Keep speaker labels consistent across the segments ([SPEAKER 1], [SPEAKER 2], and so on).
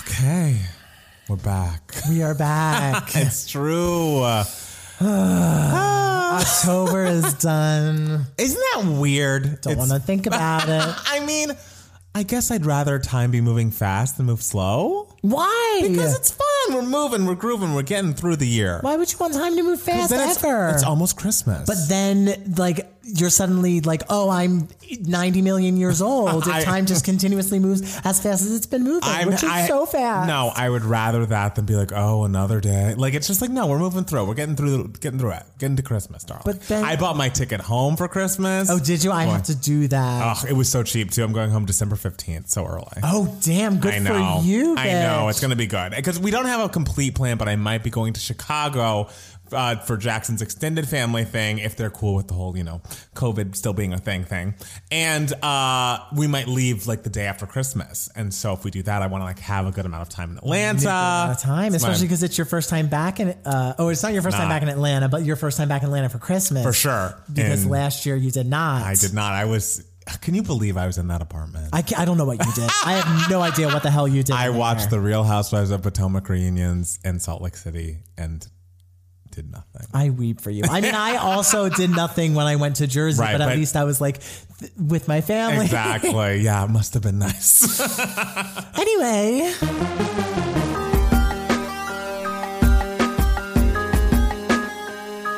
[SPEAKER 1] Okay. We're back.
[SPEAKER 2] We are back.
[SPEAKER 1] It's true.
[SPEAKER 2] October is done.
[SPEAKER 1] Isn't that weird?
[SPEAKER 2] Don't want to think about it.
[SPEAKER 1] I mean, I guess I'd rather time be moving fast than move slow.
[SPEAKER 2] Why?
[SPEAKER 1] Because it's fun. We're moving, we're grooving, we're getting through the year.
[SPEAKER 2] Why would you want time to move fast
[SPEAKER 1] Then it's,
[SPEAKER 2] ever?
[SPEAKER 1] it's almost Christmas.
[SPEAKER 2] but then, like, you're suddenly like, oh, I'm 90 million years old. If
[SPEAKER 1] I-
[SPEAKER 2] time just continuously moves as fast as it's been moving,
[SPEAKER 1] I'm-
[SPEAKER 2] which is
[SPEAKER 1] I-
[SPEAKER 2] so fast.
[SPEAKER 1] No, I would rather that than be like, oh, another day. Like it's just like, no, we're moving through. We're getting through. Getting through it. Getting to Christmas, darling.
[SPEAKER 2] But then-
[SPEAKER 1] I bought my ticket home for Christmas.
[SPEAKER 2] Oh, did you? I have to do that.
[SPEAKER 1] Ugh, it was so cheap too. I'm going home December fifteenth, so early.
[SPEAKER 2] oh, damn. Good
[SPEAKER 1] I know.
[SPEAKER 2] for you,
[SPEAKER 1] I know
[SPEAKER 2] bitch.
[SPEAKER 1] it's gonna be good because we don't have a complete plan, but I might be going to Chicago uh, for Jackson's extended family thing if they're cool with the whole, you know, COVID still being a thing thing. And uh, we might leave like the day after Christmas, and so if we do that, I want to like have a good amount of time in Atlanta.
[SPEAKER 2] out of time,
[SPEAKER 1] It's my-
[SPEAKER 2] especially because it's your first time back in. Uh, oh, it's not your first time
[SPEAKER 1] Nah.
[SPEAKER 2] back in Atlanta, but your first time back in Atlanta for Christmas
[SPEAKER 1] for sure.
[SPEAKER 2] Because
[SPEAKER 1] And
[SPEAKER 2] last year you did not.
[SPEAKER 1] I did not. I was. Can you believe I was in that apartment?
[SPEAKER 2] I, ca- I don't know what you did. I have no idea what the hell you did.
[SPEAKER 1] I
[SPEAKER 2] in there.
[SPEAKER 1] watched the Real Housewives of Potomac reunions in Salt Lake City and did nothing.
[SPEAKER 2] I weep for you. I mean, I also did nothing when I went to Jersey,
[SPEAKER 1] Right,
[SPEAKER 2] but at
[SPEAKER 1] but-
[SPEAKER 2] least I was like th- with my family.
[SPEAKER 1] Exactly. Yeah, it must have been nice.
[SPEAKER 2] Anyway,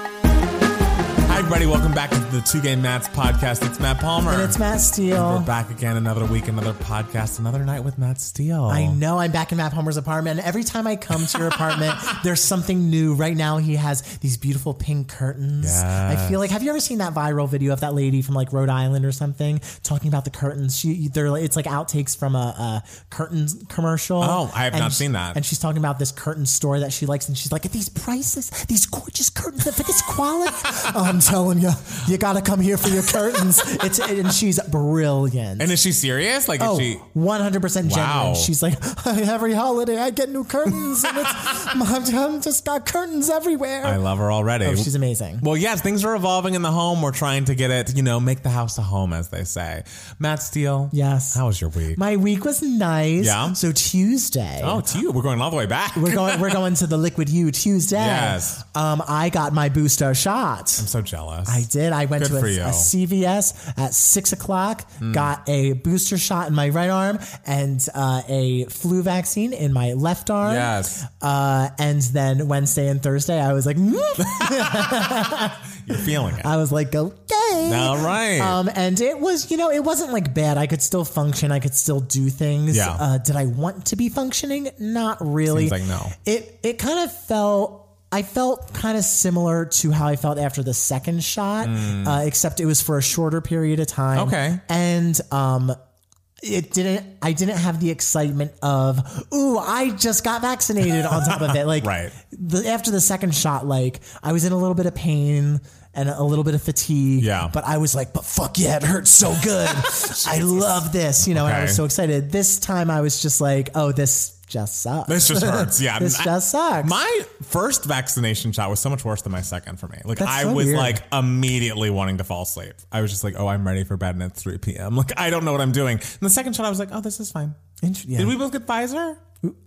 [SPEAKER 1] Hi, everybody. Welcome back to the Two Game Mats podcast. It's Matt Palmer.
[SPEAKER 2] and it's Matt
[SPEAKER 1] We're
[SPEAKER 2] Steele.
[SPEAKER 1] back again another week, another podcast, another night with Matt Steele.
[SPEAKER 2] I know I'm back in Matt Palmer's apartment, and every time I come to your apartment, there's something new. Right now, he has these beautiful pink curtains. I feel like have you ever seen that viral video of that lady from like Rhode Island or something talking about the curtains? She they're like- it's like outtakes from a, a curtains commercial.
[SPEAKER 1] Oh, I have
[SPEAKER 2] And
[SPEAKER 1] not
[SPEAKER 2] sh-
[SPEAKER 1] seen that.
[SPEAKER 2] And she's talking about this curtain store that she likes, and she's like, at these prices, these gorgeous curtains that for this quality. Oh, I'm telling you, you got to come here for your curtains. It's and she's brilliant.
[SPEAKER 1] And is she serious? Like, is
[SPEAKER 2] Oh,
[SPEAKER 1] she.
[SPEAKER 2] 100% genuine.
[SPEAKER 1] Wow.
[SPEAKER 2] She's like, every holiday I get new curtains. And it's, I'm just got curtains everywhere.
[SPEAKER 1] I love her already.
[SPEAKER 2] Oh, She's amazing.
[SPEAKER 1] well, yes, things are evolving in the home. We're trying to get it, you know, make the house a home, as they say. Matt Steele.
[SPEAKER 2] Yes.
[SPEAKER 1] How was your week?
[SPEAKER 2] My week was nice.
[SPEAKER 1] Yeah?
[SPEAKER 2] So Tuesday.
[SPEAKER 1] oh, it's you. We're going all the way back.
[SPEAKER 2] We're going. We're going to the Liquid U Tuesday.
[SPEAKER 1] Yes.
[SPEAKER 2] Um, I got my booster shot.
[SPEAKER 1] I'm so jealous.
[SPEAKER 2] I did. I went
[SPEAKER 1] Good
[SPEAKER 2] to
[SPEAKER 1] for
[SPEAKER 2] a,
[SPEAKER 1] you. Hmm.
[SPEAKER 2] a CVS at six o'clock, got a booster shot in my right arm and uh, a flu vaccine in my left arm.
[SPEAKER 1] Yes.
[SPEAKER 2] Uh, and then Wednesday and Thursday, I was like, "Mm,
[SPEAKER 1] You're feeling it.
[SPEAKER 2] I was like, okay.
[SPEAKER 1] all right.
[SPEAKER 2] Um, and it was, you know, it wasn't like bad. I could still function. I could still do things.
[SPEAKER 1] Yeah.
[SPEAKER 2] Uh, did I want to be functioning? Not really.
[SPEAKER 1] Seems like no.
[SPEAKER 2] It it kind of felt. I felt kind of similar to how I felt after the second shot, uh, except it was for a shorter period of time.
[SPEAKER 1] Hmm. Okay.
[SPEAKER 2] and um, it didn't. I didn't have the excitement of "ooh, I just got vaccinated." On top of it, like
[SPEAKER 1] Right.
[SPEAKER 2] the, after the second shot, like I was in a little bit of pain and a little bit of fatigue.
[SPEAKER 1] Yeah.
[SPEAKER 2] But I was like, but fuck yeah, it hurts so good. I love this, you know, and I was
[SPEAKER 1] Okay.
[SPEAKER 2] so excited. This time I was just like, oh, this just sucks.
[SPEAKER 1] This just hurts. Yeah.
[SPEAKER 2] This
[SPEAKER 1] I-
[SPEAKER 2] just sucks.
[SPEAKER 1] My first vaccination shot was so much worse than my second for me. Like
[SPEAKER 2] That's
[SPEAKER 1] I
[SPEAKER 2] so
[SPEAKER 1] was
[SPEAKER 2] weird.
[SPEAKER 1] like immediately wanting to fall asleep. I was just like, oh, I'm ready for bed and it's 3 p.m. Like I don't know what I'm doing. And the second shot, I was like, oh, this is fine.
[SPEAKER 2] Int- yeah.
[SPEAKER 1] Did we both get Pfizer?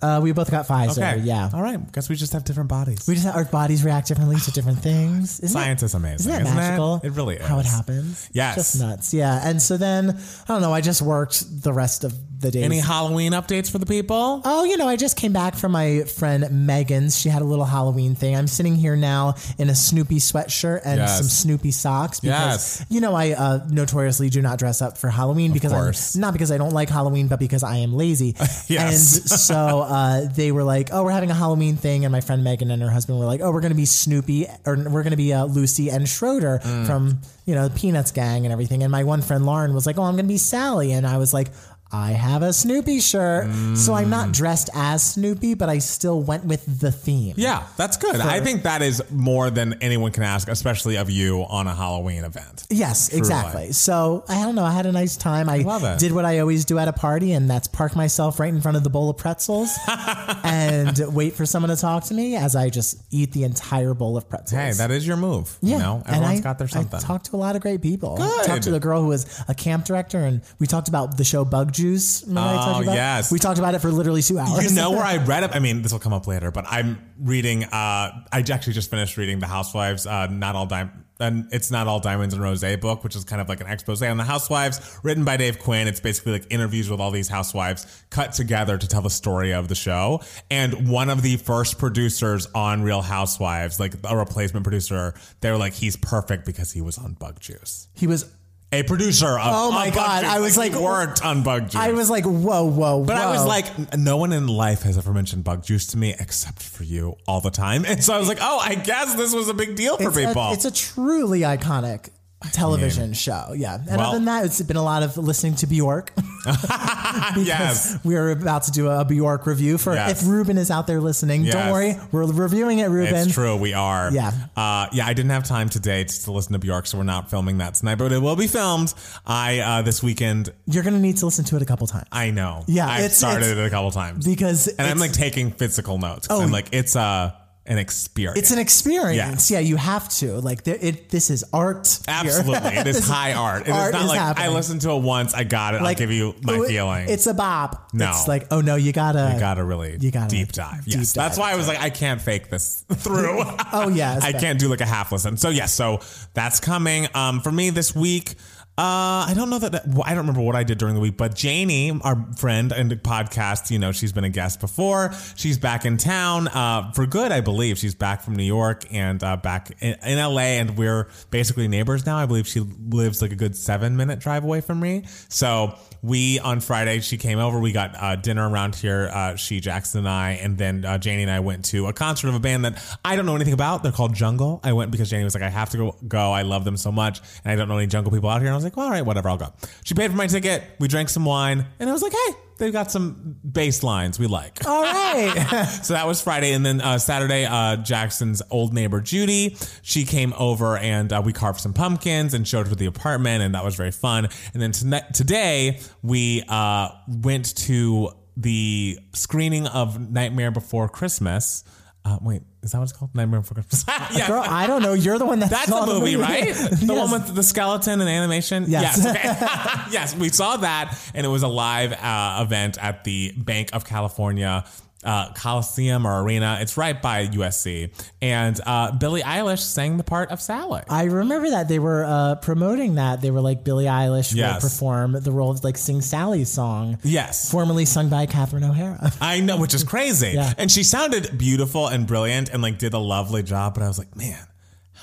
[SPEAKER 2] uh, we both got Pfizer. Yeah.
[SPEAKER 1] All right. Guess we just have different bodies.
[SPEAKER 2] We just our bodies react differently to different things. Isn't it-
[SPEAKER 1] Science is amazing.
[SPEAKER 2] Isn't that
[SPEAKER 1] isn't it?
[SPEAKER 2] magical?
[SPEAKER 1] It really is.
[SPEAKER 2] How it happens.
[SPEAKER 1] Yes.
[SPEAKER 2] Just nuts. Yeah. And so then, I don't know, I just worked the rest of the day.
[SPEAKER 1] Any Halloween updates for the people?
[SPEAKER 2] Oh, you know, I just came back from my friend Megan's. She had a little Halloween thing. I'm sitting here now in a Snoopy sweatshirt and
[SPEAKER 1] Yes.
[SPEAKER 2] some Snoopy socks because
[SPEAKER 1] Yes.
[SPEAKER 2] you know I uh, notoriously do not dress up for Halloween because
[SPEAKER 1] course.
[SPEAKER 2] I'm not because I don't like Halloween, but because I am lazy.
[SPEAKER 1] Yes.
[SPEAKER 2] And so uh, they were like, "Oh, we're having a Halloween thing," and my friend Megan and her husband were like, "Oh, we're going to be Snoopy or we're going to be uh, Lucy and Schroeder from you know the Peanuts gang and everything." And my one friend Lauren was like, "Oh, I'm going to be Sally," and I was like. I have a Snoopy shirt. So I'm not dressed as Snoopy, but I still went with the theme.
[SPEAKER 1] Yeah, that's good. I think that is more than anyone can ask, especially of you on a Halloween event.
[SPEAKER 2] Yes, exactly. So I don't know. I had a nice time. I
[SPEAKER 1] Love it.
[SPEAKER 2] did what I always do at a party, and that's park myself right in front of the bowl of pretzels and wait for someone to talk to me as I just eat the entire bowl of pretzels.
[SPEAKER 1] Hey, that is your move. You know,
[SPEAKER 2] and
[SPEAKER 1] everyone's
[SPEAKER 2] I-
[SPEAKER 1] got their something.
[SPEAKER 2] I talked to a lot of great people.
[SPEAKER 1] Good.
[SPEAKER 2] Talked to the girl who was a camp director, and we talked about the show Bug juice. Remember I told
[SPEAKER 1] Oh,
[SPEAKER 2] you about?
[SPEAKER 1] yes.
[SPEAKER 2] We talked about it for literally two hours.
[SPEAKER 1] You know where I read up? I mean, this will come up later, but I'm reading. Uh, I actually just finished reading the Housewives. Uh, not all diamond. And it's not all diamonds and rose book, which is kind of like an expose on the housewives, written by Dave Quinn. It's basically like interviews with all these housewives cut together to tell the story of the show. And one of the first producers on Real Housewives, like a replacement producer, they were like, he's perfect because he was on Bug Juice.
[SPEAKER 2] he was.
[SPEAKER 1] A producer of
[SPEAKER 2] Oh my
[SPEAKER 1] on Bug
[SPEAKER 2] God,
[SPEAKER 1] Juice.
[SPEAKER 2] I was
[SPEAKER 1] he
[SPEAKER 2] like-
[SPEAKER 1] worked on Bug Juice.
[SPEAKER 2] I was like, whoa, whoa,
[SPEAKER 1] But I was like, no one in life has ever mentioned bug juice to me except for you all the time. And so I was like, oh, I guess this was a big deal for
[SPEAKER 2] it's
[SPEAKER 1] people.
[SPEAKER 2] a, it's a truly iconic television show. Yeah. And
[SPEAKER 1] Well-
[SPEAKER 2] other than that, it's been a lot of listening to Bjork.
[SPEAKER 1] yes.
[SPEAKER 2] we are about to do a Bjork review for
[SPEAKER 1] Yes.
[SPEAKER 2] if Ruben is out there listening.
[SPEAKER 1] Yes.
[SPEAKER 2] Don't worry, we're reviewing it, Ruben.
[SPEAKER 1] It's true. We are.
[SPEAKER 2] Yeah.
[SPEAKER 1] Uh, yeah. I didn't have time today to, to listen to Bjork, so we're not filming that tonight, but it will be filmed. I uh, this weekend.
[SPEAKER 2] You're gonna need to listen to it a couple times
[SPEAKER 1] I know.
[SPEAKER 2] Yeah,
[SPEAKER 1] I've
[SPEAKER 2] it's-
[SPEAKER 1] started
[SPEAKER 2] it's-
[SPEAKER 1] it a couple times,
[SPEAKER 2] because
[SPEAKER 1] and I'm
[SPEAKER 2] it's-
[SPEAKER 1] like taking physical notes. 'cause
[SPEAKER 2] Oh.
[SPEAKER 1] I'm like it's uh, an experience.
[SPEAKER 2] It's an experience. Yeah, you have to. Like, there, it, this is art. here.
[SPEAKER 1] Absolutely, it is high art. It is
[SPEAKER 2] art
[SPEAKER 1] not
[SPEAKER 2] is
[SPEAKER 1] like I
[SPEAKER 2] happening.
[SPEAKER 1] listened to it once, I got it.
[SPEAKER 2] Like,
[SPEAKER 1] I'll give you my
[SPEAKER 2] oh, it-
[SPEAKER 1] feeling.
[SPEAKER 2] It's a bop.
[SPEAKER 1] No.
[SPEAKER 2] It's like, oh no, you gotta.
[SPEAKER 1] You gotta really
[SPEAKER 2] You gotta
[SPEAKER 1] deep dive.
[SPEAKER 2] deep
[SPEAKER 1] Yes.
[SPEAKER 2] dive
[SPEAKER 1] That's why I was like, I can't fake this through.
[SPEAKER 2] oh yeah. it's
[SPEAKER 1] I
[SPEAKER 2] bad.
[SPEAKER 1] can't do like a half listen. So yes, so that's coming. Um, for me this week, uh, I don't know that, that well, I don't remember what I did during the week, but Janie, our friend and podcast, you know, she's been a guest before. She's back in town uh, for good, I believe. She's back from New York and uh, back in, in LA, and we're basically neighbors now. I believe she lives like a good seven minute drive away from me. So we on Friday she came over. We got uh, dinner around here. Uh, she, Jackson, and I, and then uh, Janie and I went to a concert of a band that I don't know anything about. They're called Jungle. I went because Janie was like, I have to go. Go. I love them so much, and I don't know any Jungle people out here. And I was like, well, all right, whatever. I'll go. She paid for my ticket. We drank some wine, and I was like, hey, they've got some bass lines we like.
[SPEAKER 2] All right.
[SPEAKER 1] So that was Friday, and then uh, Saturday, uh, Jackson's old neighbor Judy, she came over and uh, we carved some pumpkins and showed her the apartment, and that was very fun. And then tonight today, we uh, went to the screening of Nightmare Before Christmas. Uh, wait, is that what it's called? Nightmare Before Christmas. yeah,
[SPEAKER 2] Girl, I don't know. You're the one that
[SPEAKER 1] that's
[SPEAKER 2] saw
[SPEAKER 1] a
[SPEAKER 2] the
[SPEAKER 1] movie, right? The
[SPEAKER 2] Yes.
[SPEAKER 1] one with the skeleton and animation.
[SPEAKER 2] Yes.
[SPEAKER 1] okay. yes, we saw that, and it was a live uh, event at the Bank of California. Uh, Coliseum or arena. It's right by USC. And uh, Billie Eilish sang the part of Sally.
[SPEAKER 2] I remember that they were uh, promoting that. They were like Billie Eilish
[SPEAKER 1] Yes.
[SPEAKER 2] will perform the role of like Sing Sally's song,
[SPEAKER 1] Yes.
[SPEAKER 2] formerly sung by Catherine O'Hara.
[SPEAKER 1] I know, which is crazy.
[SPEAKER 2] Yeah.
[SPEAKER 1] And she sounded beautiful and brilliant and like did a lovely job. But I was like, man,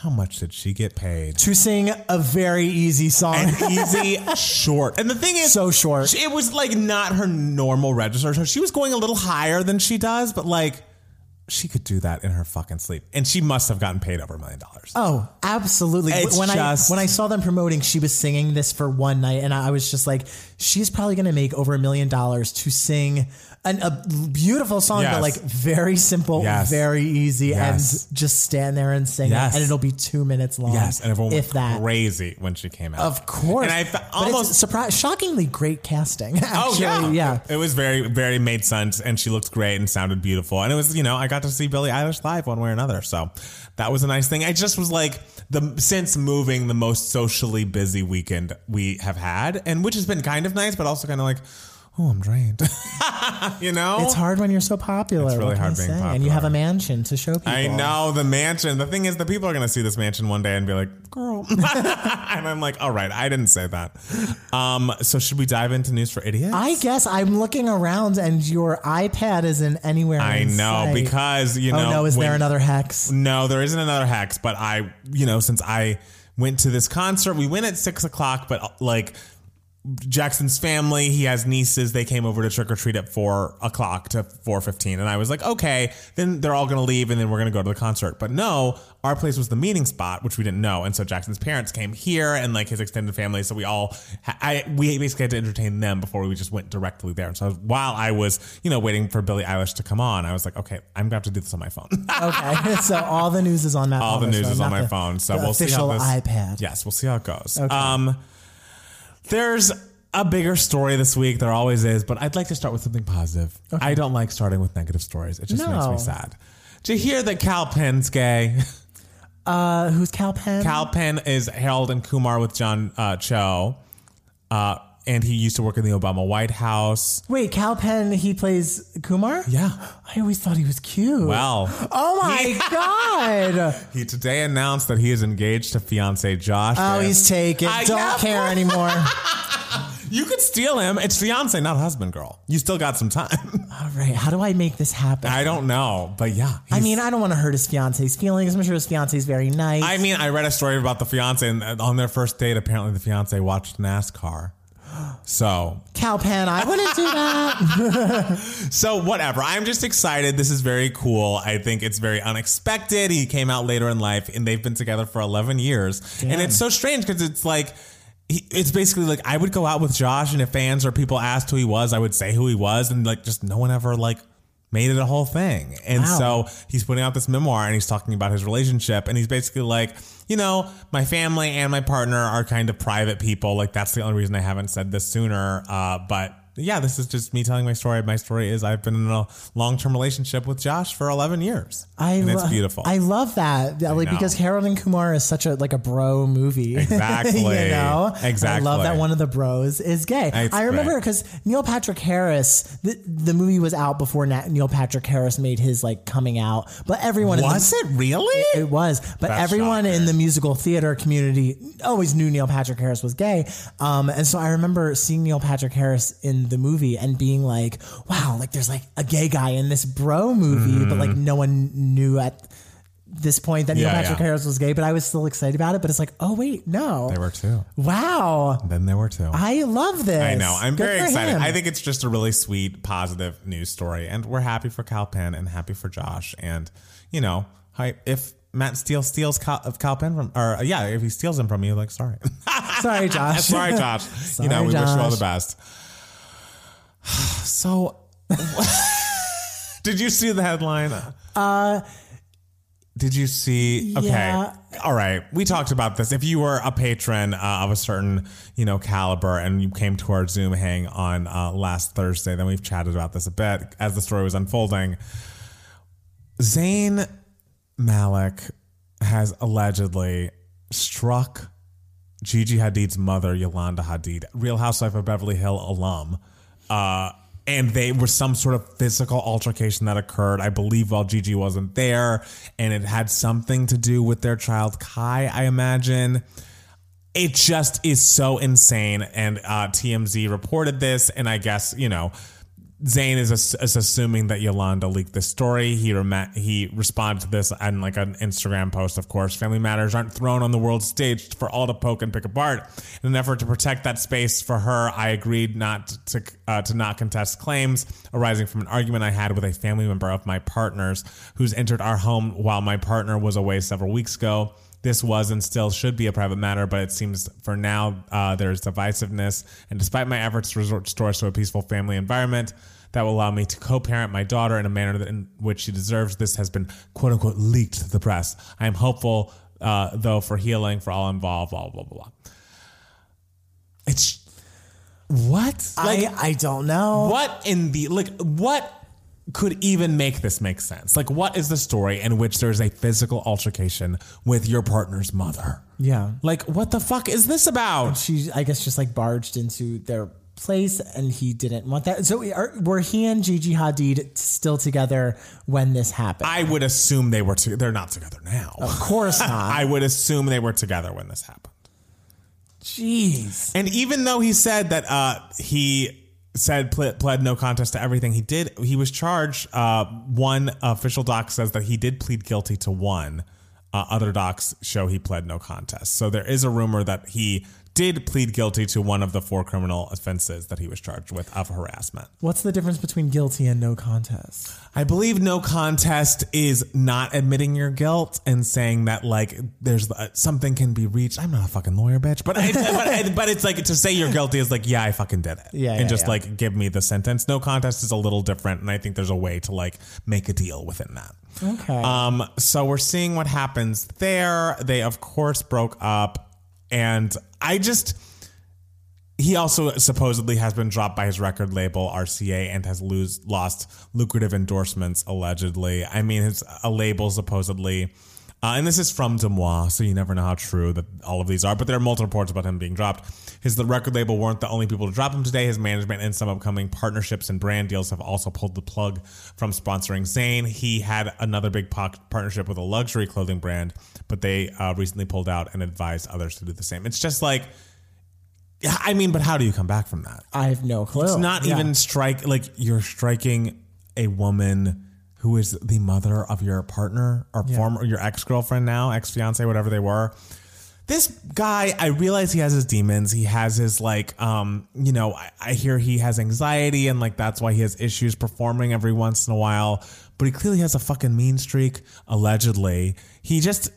[SPEAKER 1] how much did she get paid?
[SPEAKER 2] to sing a very easy song.
[SPEAKER 1] An easy short. And the thing is,
[SPEAKER 2] so short.
[SPEAKER 1] She- It was like not her normal register. So she was going a little higher than she does, but like she could do that in her fucking sleep. And she must have gotten paid over a million dollars.
[SPEAKER 2] Oh, absolutely.
[SPEAKER 1] It's
[SPEAKER 2] when
[SPEAKER 1] just-
[SPEAKER 2] I when I saw them promoting, she was singing this for one night, and I was just like, she's probably going to make over a million dollars to sing an, a beautiful song,
[SPEAKER 1] Yes.
[SPEAKER 2] but like very simple,
[SPEAKER 1] Yes.
[SPEAKER 2] very easy,
[SPEAKER 1] Yes.
[SPEAKER 2] and just stand there and sing
[SPEAKER 1] Yes.
[SPEAKER 2] it, and it'll be two minutes long.
[SPEAKER 1] Yes, and everyone went
[SPEAKER 2] if that.
[SPEAKER 1] crazy when she came out.
[SPEAKER 2] Of course,
[SPEAKER 1] and I fe-
[SPEAKER 2] But it's
[SPEAKER 1] almost.
[SPEAKER 2] surpri- shockingly great casting.
[SPEAKER 1] Oh
[SPEAKER 2] Actually.
[SPEAKER 1] yeah,
[SPEAKER 2] yeah.
[SPEAKER 1] It was very, very made sense, and she looked great and sounded beautiful. And it was, you know, I got to see Billie Eilish live one way or another, so that was a nice thing. I just was like the since moving the most socially busy weekend we have had, and which has been kind of nice, but also kind of like, oh, I'm drained. you know,
[SPEAKER 2] It's hard when you're so popular.
[SPEAKER 1] really
[SPEAKER 2] what can
[SPEAKER 1] hard
[SPEAKER 2] I
[SPEAKER 1] being
[SPEAKER 2] say? and you have
[SPEAKER 1] popular.
[SPEAKER 2] a mansion to show people.
[SPEAKER 1] I know the mansion. The thing is, the people are going to see this mansion one day and be like, "Girl," and I'm like, "All right, I didn't say that." Um, so should we dive into news for idiots?
[SPEAKER 2] I guess I'm looking around and your iPad isn't anywhere.
[SPEAKER 1] I
[SPEAKER 2] in
[SPEAKER 1] know
[SPEAKER 2] sight.
[SPEAKER 1] because you
[SPEAKER 2] Oh
[SPEAKER 1] know.
[SPEAKER 2] no, is
[SPEAKER 1] when-
[SPEAKER 2] there another hex?
[SPEAKER 1] No, there isn't another hex. But I, you know, since I went to this concert, we went at six o'clock, but uh, like. Jackson's family, he has nieces. They came over to trick or treat at four o'clock to four fifteen, and I was like, okay, then they're all gonna leave, and then we're gonna go to the concert. But no, our place was the meeting spot, which we didn't know, and so Jackson's parents came here and like his extended family. So we all, I we basically had to entertain them before we just went directly there. And so while I was, you know, waiting for Billie Eilish to come on, I was like, okay, I'm gonna have to do this on my phone.
[SPEAKER 2] Okay, so all the news is on my.
[SPEAKER 1] all the news is on my phone. So
[SPEAKER 2] the
[SPEAKER 1] we'll see how
[SPEAKER 2] official
[SPEAKER 1] this
[SPEAKER 2] iPad.
[SPEAKER 1] Yes, we'll see how it goes. Um, there's a bigger story this week. There always is, but I'd like to start with something positive. I don't like starting with negative stories. It just makes
[SPEAKER 2] No.
[SPEAKER 1] me sad. Did you hear that Cal Penn's gay?
[SPEAKER 2] Uh, who's Cal Penn?
[SPEAKER 1] Cal Penn is Harold and Kumar with John uh, Cho. Uh, and he used to work in the Obama White House.
[SPEAKER 2] Wait, Cal Penn, he plays Kumar?
[SPEAKER 1] Yeah.
[SPEAKER 2] I always thought he was cute.
[SPEAKER 1] Well,
[SPEAKER 2] Oh my God.
[SPEAKER 1] he today announced that he is engaged to fiance Josh.
[SPEAKER 2] Oh,
[SPEAKER 1] Van-
[SPEAKER 2] he's taken.
[SPEAKER 1] I
[SPEAKER 2] Don't
[SPEAKER 1] know.
[SPEAKER 2] care anymore.
[SPEAKER 1] you could steal him. It's fiance, not husband, girl. You still got some time.
[SPEAKER 2] All right. How do I make this happen?
[SPEAKER 1] I don't know, but yeah.
[SPEAKER 2] I
[SPEAKER 1] he's-
[SPEAKER 2] mean, I don't want to hurt his fiance's feelings. I'm sure his fiance's very nice.
[SPEAKER 1] I mean, I read a story about the fiance, and uh, on their first date, apparently the fiance watched NASCAR. So,
[SPEAKER 2] Cal Penn, I wouldn't do that.
[SPEAKER 1] so whatever. I'm just excited. This is very cool. I think it's very unexpected. He came out later in life, and they've been together for 11 years. And it's so strange because it's like. He, it's basically like I would go out with Josh, and if fans or people asked who he was, I would say who he was, and like just no one ever like made it a whole thing. And
[SPEAKER 2] Wow.
[SPEAKER 1] so so oh, he's putting out this memoir and he's talking about his relationship and he's basically like you know my family and my partner are kind of private people like that's the only reason i haven't said this sooner uh, but yeah this is just me telling my story my story is i've been in a long-term relationship with josh for 11 years
[SPEAKER 2] I
[SPEAKER 1] and it's
[SPEAKER 2] lo-
[SPEAKER 1] beautiful
[SPEAKER 2] I love that, Ellie,
[SPEAKER 1] know.
[SPEAKER 2] because Harold and Kumar is such a like a bro movie.
[SPEAKER 1] Exactly.
[SPEAKER 2] you know, I
[SPEAKER 1] Exactly.
[SPEAKER 2] love that one of the bros is gay.
[SPEAKER 1] It's
[SPEAKER 2] I remember
[SPEAKER 1] great.
[SPEAKER 2] because Neil Patrick Harris, the, the movie was out before Nat, Neil Patrick Harris made his like coming out, but everyone in the-
[SPEAKER 1] was it really
[SPEAKER 2] It was, but
[SPEAKER 1] That's
[SPEAKER 2] everyone
[SPEAKER 1] shocking.
[SPEAKER 2] in the musical theater community always knew Neil Patrick Harris was gay. Um, and so I remember seeing Neil Patrick Harris in the movie and being like, "Wow, like there's like a gay guy in this bro movie,"
[SPEAKER 1] Mm-hmm.
[SPEAKER 2] but like no one knew at this point that Neil
[SPEAKER 1] Yeah,
[SPEAKER 2] Patrick
[SPEAKER 1] yeah.
[SPEAKER 2] Harris was gay. But I was still excited about it. But it's like, oh wait, no,
[SPEAKER 1] there were two
[SPEAKER 2] wow,
[SPEAKER 1] then there were two
[SPEAKER 2] I love this.
[SPEAKER 1] I know. I'm
[SPEAKER 2] Good
[SPEAKER 1] very
[SPEAKER 2] for
[SPEAKER 1] excited.
[SPEAKER 2] him.
[SPEAKER 1] I think it's just a really sweet, positive news story, and we're happy for Cal Penn and happy for Josh. And you know, hi- if Matt Steele steals Cal, of Cal Penn from, or uh, yeah, if he steals him from you, like sorry,
[SPEAKER 2] Sorry, Josh.
[SPEAKER 1] sorry, Josh. you know,
[SPEAKER 2] Sorry,
[SPEAKER 1] we wish you all
[SPEAKER 2] Josh.
[SPEAKER 1] the best. so, did you see the headline? Uh. Did you see? Okay,
[SPEAKER 2] Yeah.
[SPEAKER 1] all right. We talked about this. If you were a patron uh, of a certain, you know, caliber, and you came to our Zoom hang on uh, last Thursday, then we've chatted about this a bit as the story was unfolding. Zayn Malik has allegedly struck Gigi Hadid's mother, Yolanda Hadid, Real Housewife of Beverly Hill alum. Uh, and they were some sort of physical altercation that occurred, I believe, while Gigi wasn't there. And it had something to do with their child, Kai, I imagine it just is so insane. And uh, TMZ reported this, and I guess you know. Zayn is, ass- is assuming that Yolanda leaked this story. He rema- he responded to this on like an Instagram post. Of course, family matters aren't thrown on the world stage for all to poke and pick apart. In an effort to protect that space for her, I agreed not to uh, to not contest claims arising from an argument I had with a family member of my partner's who's entered our home while my partner was away several weeks ago this was and still should be a private matter, but it seems for now uh, there's divisiveness. And despite my efforts to resort stores to a peaceful family environment that will allow me to co parent my daughter in a manner that, in which she deserves, this has been quote unquote leaked to the press. I am hopeful, uh, though, for healing for all involved, blah, blah, blah, blah. It's what? Like,
[SPEAKER 2] I, I don't know.
[SPEAKER 1] what in the like what could even make this make sense? Like what is the story in which there's a physical altercation with your partner's mother?
[SPEAKER 2] Yeah.
[SPEAKER 1] Like what the fuck is this about?
[SPEAKER 2] she I guess just like barged into their place and he didn't want that. So are, were he and Gigi Hadid still together when this happened?
[SPEAKER 1] I would assume they were to- they're not together now.
[SPEAKER 2] of course not.
[SPEAKER 1] I would assume they were together when this happened.
[SPEAKER 2] Jeez.
[SPEAKER 1] And even though he said that uh, he said ple- pled no contest to everything he did, he was charged. Uh, one official doc says that he did plead guilty to one. Uh, other docs show he pled no contest. So there is a rumor that he did plead guilty to one of the four criminal offenses that he was charged with of harassment.
[SPEAKER 2] What's the difference between guilty and no contest?
[SPEAKER 1] I believe no contest is not admitting your guilt and saying that like there's uh, something can be reached. I'm not a fucking lawyer, bitch, but I, but, but it's like to say you're guilty is like yeah, I fucking did it,
[SPEAKER 2] Yeah,
[SPEAKER 1] and
[SPEAKER 2] yeah,
[SPEAKER 1] just
[SPEAKER 2] yeah.
[SPEAKER 1] like give me the sentence. No contest is a little different, and I think there's a way to like make a deal within that.
[SPEAKER 2] Okay.
[SPEAKER 1] Um, so we're seeing what happens there. They of course broke up, and I just he also supposedly has been dropped by his record label RCA and has lose lost lucrative endorsements allegedly. I mean, it's a label supposedly Uh, and this is from Demois, so you never know how true that all of these are. But there are multiple reports about him being dropped. His the record label weren't the only people to drop him today. His management and some upcoming partnerships and brand deals have also pulled the plug from sponsoring Zayn. He had another big po- partnership with a luxury clothing brand, but they uh, recently pulled out and advised others to do the same. It's just like, I mean, but how do you come back from that?
[SPEAKER 2] I have no clue.
[SPEAKER 1] It's not
[SPEAKER 2] Yeah.
[SPEAKER 1] even strike like you're striking a woman who is the mother of your partner or former your ex girlfriend now, ex fiance, whatever they were. This guy, I realize he has his demons. He has his like, um, you know, I, I hear he has anxiety and like that's why he has issues performing every once in a while. But he clearly has a fucking mean streak. Allegedly, he just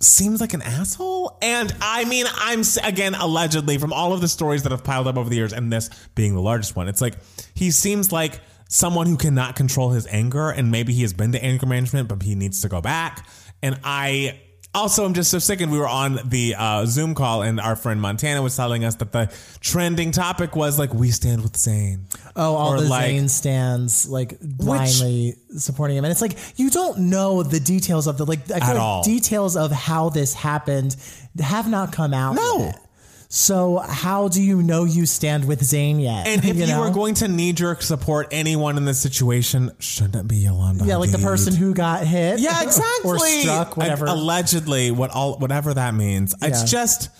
[SPEAKER 1] seems like an asshole. And I mean, I'm s- again allegedly from all of the stories that have piled up over the years, and this being the largest one. It's like he seems like someone who cannot control his anger, and maybe he has been to anger management, but he needs to go back. And I. Also, I'm just so sick, and we were on the uh, Zoom call, and our friend Montana was telling us that the trending topic was like "We stand with Zayn."
[SPEAKER 2] Oh, all
[SPEAKER 1] Or
[SPEAKER 2] the
[SPEAKER 1] like-
[SPEAKER 2] Zane stands like blindly supporting him, and it's like you don't know the details of the like I feel
[SPEAKER 1] At
[SPEAKER 2] like
[SPEAKER 1] all.
[SPEAKER 2] details of how this happened have not come out.
[SPEAKER 1] No.
[SPEAKER 2] yet. So how do you know you stand with Zayn yet?
[SPEAKER 1] And if you,
[SPEAKER 2] know?
[SPEAKER 1] are going to knee jerk support anyone in this situation, shouldn't it be Yolanda?
[SPEAKER 2] yeah, like the
[SPEAKER 1] Hadid?
[SPEAKER 2] person who got hit,
[SPEAKER 1] Yeah, exactly.
[SPEAKER 2] or struck, whatever.
[SPEAKER 1] A- allegedly, what all whatever that means. It's
[SPEAKER 2] Yeah.
[SPEAKER 1] just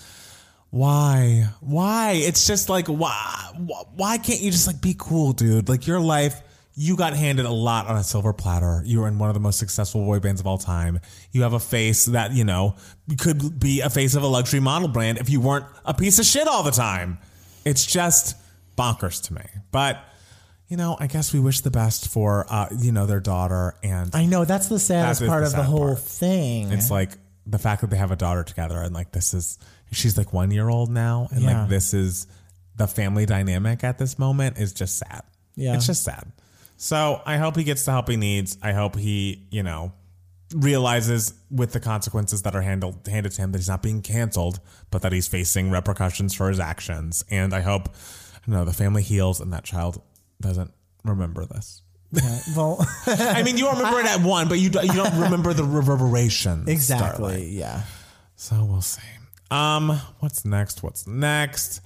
[SPEAKER 1] why, why? It's just like why, why can't you just like be cool, dude? Like your life. You got handed a lot on a silver platter. You were in one of the most successful boy bands of all time. You have a face that, you know, could be a face of a luxury model brand if you weren't a piece of shit all the time. It's just bonkers to me. But, you know, I guess we wish the best for, uh, you know, their daughter and
[SPEAKER 2] I know that's the saddest
[SPEAKER 1] That is
[SPEAKER 2] part
[SPEAKER 1] the
[SPEAKER 2] of the
[SPEAKER 1] sad
[SPEAKER 2] whole
[SPEAKER 1] part.
[SPEAKER 2] thing.
[SPEAKER 1] it's like the fact that they have a daughter together and like this is she's like one year old now and
[SPEAKER 2] Yeah.
[SPEAKER 1] like this is the family dynamic at this moment is just sad
[SPEAKER 2] Yeah.
[SPEAKER 1] it's just sad so i hope he gets the help he needs i hope he you know realizes with the consequences that are handled handed to him that he's not being canceled but that he's facing repercussions for his actions and i hope you know the family heals and that child doesn't remember this
[SPEAKER 2] Yeah, well,
[SPEAKER 1] i mean you remember it at one but you don't, you don't remember the reverberations
[SPEAKER 2] exactly. Yeah.
[SPEAKER 1] so we'll see. Um, what's next? What's next?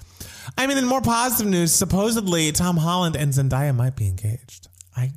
[SPEAKER 1] I mean, in more positive news, supposedly Tom Holland and Zendaya might be engaged.
[SPEAKER 2] I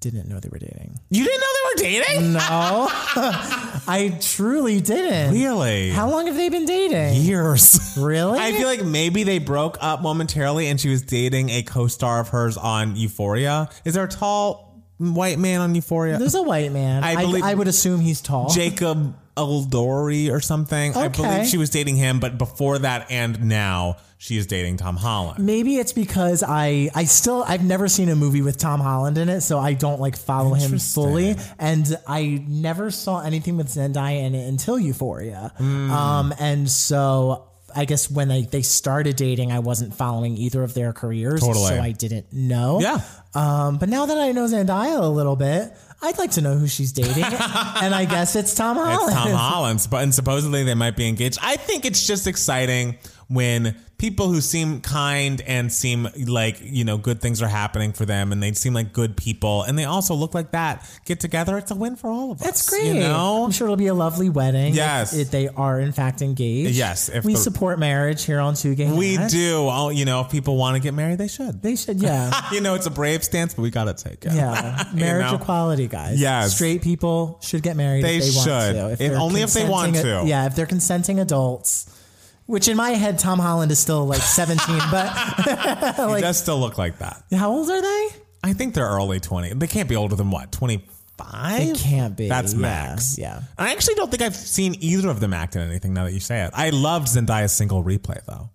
[SPEAKER 2] didn't know they were dating.
[SPEAKER 1] You didn't know they were dating?
[SPEAKER 2] No, I truly didn't.
[SPEAKER 1] Really?
[SPEAKER 2] How long have they been dating?
[SPEAKER 1] years?
[SPEAKER 2] Really?
[SPEAKER 1] I feel like maybe they broke up momentarily, and she was dating a co-star of hers on Euphoria. Is there a tall white man on Euphoria?
[SPEAKER 2] There's a white man.
[SPEAKER 1] I
[SPEAKER 2] I,
[SPEAKER 1] believe-
[SPEAKER 2] I would assume he's tall.
[SPEAKER 1] Jacob Eldori or something. I
[SPEAKER 2] Okay.
[SPEAKER 1] believe she was dating him, but before that and now she is dating Tom Holland.
[SPEAKER 2] Maybe it's because I I still I've never seen a movie with Tom Holland in it, so I don't like follow him fully, and I never saw anything with Zendaya in it until Euphoria. Um, and so I guess when they they started dating, I wasn't following either of their careers,
[SPEAKER 1] Totally.
[SPEAKER 2] so I didn't know.
[SPEAKER 1] Yeah.
[SPEAKER 2] Um, but now that I know Zendaya a little bit, I'd like to know who she's dating, and I guess it's Tom Holland.
[SPEAKER 1] It's Tom Holland, but and supposedly they might be engaged. I think it's just exciting when people who seem kind and seem like you know good things are happening for them, and they seem like good people, and they also look like that get together. It's a win for all of us.
[SPEAKER 2] That's great. Oh,
[SPEAKER 1] You know,
[SPEAKER 2] I'm sure it'll be a lovely wedding.
[SPEAKER 1] Yes.
[SPEAKER 2] If, if they are, in fact, engaged.
[SPEAKER 1] Yes, if
[SPEAKER 2] we
[SPEAKER 1] the-
[SPEAKER 2] support marriage here on Two Game.
[SPEAKER 1] we do. All you know, if people want to get married, they should.
[SPEAKER 2] They should, yeah.
[SPEAKER 1] You know, it's a brave stance, but we gotta take it.
[SPEAKER 2] Yeah. marriage
[SPEAKER 1] know?
[SPEAKER 2] equality, guys.
[SPEAKER 1] Yes.
[SPEAKER 2] Straight people should get married
[SPEAKER 1] They
[SPEAKER 2] if they
[SPEAKER 1] should.
[SPEAKER 2] want to.
[SPEAKER 1] If-
[SPEAKER 2] they're
[SPEAKER 1] only if they want
[SPEAKER 2] consenting-
[SPEAKER 1] to.
[SPEAKER 2] Yeah, if they're consenting adults. Which in my head, Tom Holland is still like 17, but
[SPEAKER 1] he does still look like that.
[SPEAKER 2] how old are they?
[SPEAKER 1] I think they're early twenty. They can't be older than what twenty five.
[SPEAKER 2] They can't be.
[SPEAKER 1] That's
[SPEAKER 2] Yeah,
[SPEAKER 1] max.
[SPEAKER 2] yeah.
[SPEAKER 1] And I actually don't think I've seen either of them act in anything now that you say it. I loved Zendaya's single replay though.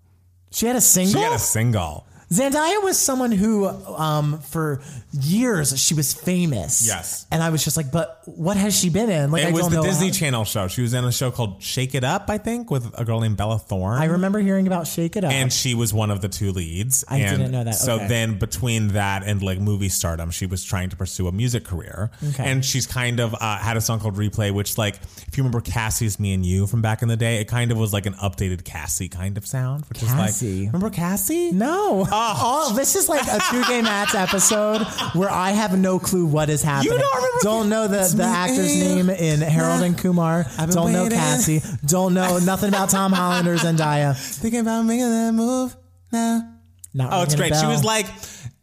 [SPEAKER 2] She had a single?
[SPEAKER 1] She had a single.
[SPEAKER 2] Zendaya was someone who, um, for years, she was famous.
[SPEAKER 1] Yes.
[SPEAKER 2] and I was just like, but what has she been in? Like,
[SPEAKER 1] It
[SPEAKER 2] I
[SPEAKER 1] was
[SPEAKER 2] don't
[SPEAKER 1] the
[SPEAKER 2] know.
[SPEAKER 1] Disney Channel show. She was in a show called Shake It Up, I think, with a girl named Bella Thorne.
[SPEAKER 2] I remember hearing about Shake It Up.
[SPEAKER 1] and she was one of the two leads.
[SPEAKER 2] I
[SPEAKER 1] and
[SPEAKER 2] didn't know that.
[SPEAKER 1] So
[SPEAKER 2] Okay.
[SPEAKER 1] then between that and like movie stardom, she was trying to pursue a music career.
[SPEAKER 2] Okay.
[SPEAKER 1] And she's kind of uh, had a song called Replay, which like if you remember Cassie's Me and You from back in the day, it kind of was like an updated Cassie kind of sound, which is
[SPEAKER 2] Cassie?
[SPEAKER 1] like remember Cassie?
[SPEAKER 2] no, all this is like a two gay mats episode where I have no clue what is happening.
[SPEAKER 1] don't remember-
[SPEAKER 2] Don't know the,
[SPEAKER 1] me,
[SPEAKER 2] the actor's
[SPEAKER 1] eh,
[SPEAKER 2] name in Harold
[SPEAKER 1] nah,
[SPEAKER 2] and Kumar.
[SPEAKER 1] I've been
[SPEAKER 2] Don't know
[SPEAKER 1] waiting.
[SPEAKER 2] Cassie. Don't know nothing about Tom Holland or Zendaya.
[SPEAKER 1] Thinking about making that move now.
[SPEAKER 2] Not
[SPEAKER 1] Oh, it's
[SPEAKER 2] ringing a
[SPEAKER 1] great. She
[SPEAKER 2] bell.
[SPEAKER 1] was like,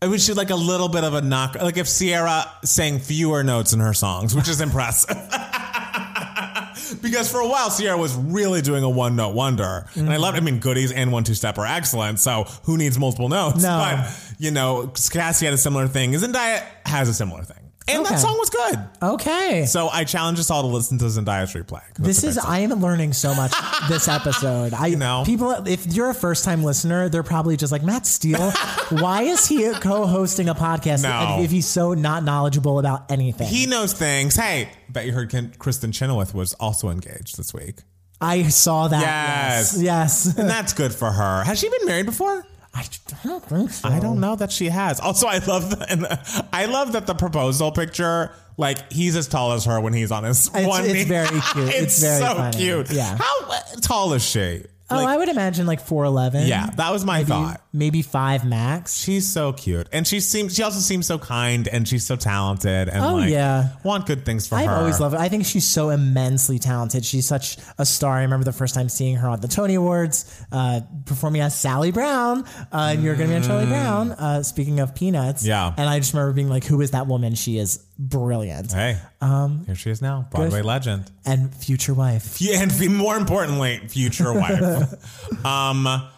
[SPEAKER 1] it was she like a little bit of a knock, like if Sierra sang fewer notes in her songs, which is impressive. because for a while, Sierra was really doing a one note wonder, and I love. I mean, goodies and one two step are excellent. So who needs multiple notes?
[SPEAKER 2] No.
[SPEAKER 1] But you know, Cassie had a similar thing. Zendaya has a similar thing, and that
[SPEAKER 2] Okay.
[SPEAKER 1] song was good.
[SPEAKER 2] okay.
[SPEAKER 1] So I challenge us all to listen to Zendaya's replay.
[SPEAKER 2] This is I am learning so much this episode. I
[SPEAKER 1] know.
[SPEAKER 2] people if you're a first time listener, they're probably just like Matt Steele. why is he co-hosting a podcast
[SPEAKER 1] No.
[SPEAKER 2] if, if he's so not knowledgeable about anything?
[SPEAKER 1] he knows things. Hey, bet you heard Ken, Kristen Chenoweth was also engaged this week.
[SPEAKER 2] I saw that.
[SPEAKER 1] Yes.
[SPEAKER 2] Yes. yes.
[SPEAKER 1] And that's good for her. Has she been married before?
[SPEAKER 2] I don't think so.
[SPEAKER 1] I don't know that she has. Also, I love the, and the, I love that the proposal picture. Like he's as tall as her when he's on his
[SPEAKER 2] It's-
[SPEAKER 1] one.
[SPEAKER 2] it's
[SPEAKER 1] knee.
[SPEAKER 2] very cute. It's very
[SPEAKER 1] so
[SPEAKER 2] funny.
[SPEAKER 1] cute.
[SPEAKER 2] Yeah.
[SPEAKER 1] How uh, tall is she?
[SPEAKER 2] Oh,
[SPEAKER 1] Like,
[SPEAKER 2] I would imagine like four eleven.
[SPEAKER 1] yeah, that was my thought.
[SPEAKER 2] Maybe five max.
[SPEAKER 1] She's so cute, and she seems. She also seems so kind, and she's so talented, and
[SPEAKER 2] Oh,
[SPEAKER 1] like,
[SPEAKER 2] yeah.
[SPEAKER 1] want good things for
[SPEAKER 2] I've
[SPEAKER 1] her.
[SPEAKER 2] always loved her. I think she's so immensely talented. She's such a star. I remember the first time seeing her on the Tony Awards, uh, performing as Sally Brown. Uh, and you're going to be on Charlie Brown. Uh, speaking of peanuts,
[SPEAKER 1] Mm. Yeah.
[SPEAKER 2] And I just remember being like, "Who is that woman? She is brilliant."
[SPEAKER 1] Hey, um, here she is now, Broadway legend.
[SPEAKER 2] And future wife.
[SPEAKER 1] Fu- and f- more importantly, future wife. um,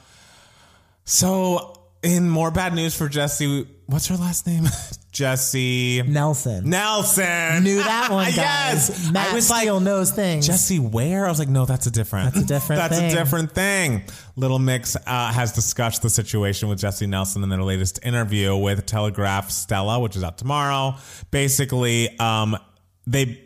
[SPEAKER 1] so in more bad news for Jesse, what's her last name? Jesse
[SPEAKER 2] Nelson
[SPEAKER 1] Nelson.
[SPEAKER 2] knew that one. Guys.
[SPEAKER 1] Yes,
[SPEAKER 2] Matt
[SPEAKER 1] I was like
[SPEAKER 2] Steele knows things.
[SPEAKER 1] Jesse Ware. I was like, no, that's a different. That's
[SPEAKER 2] a different
[SPEAKER 1] that's
[SPEAKER 2] thing.
[SPEAKER 1] a different thing. Little Mix uh, has discussed the situation with Jesse Nelson in their latest interview with Telegraph Stella, which is out tomorrow. Basically, um, they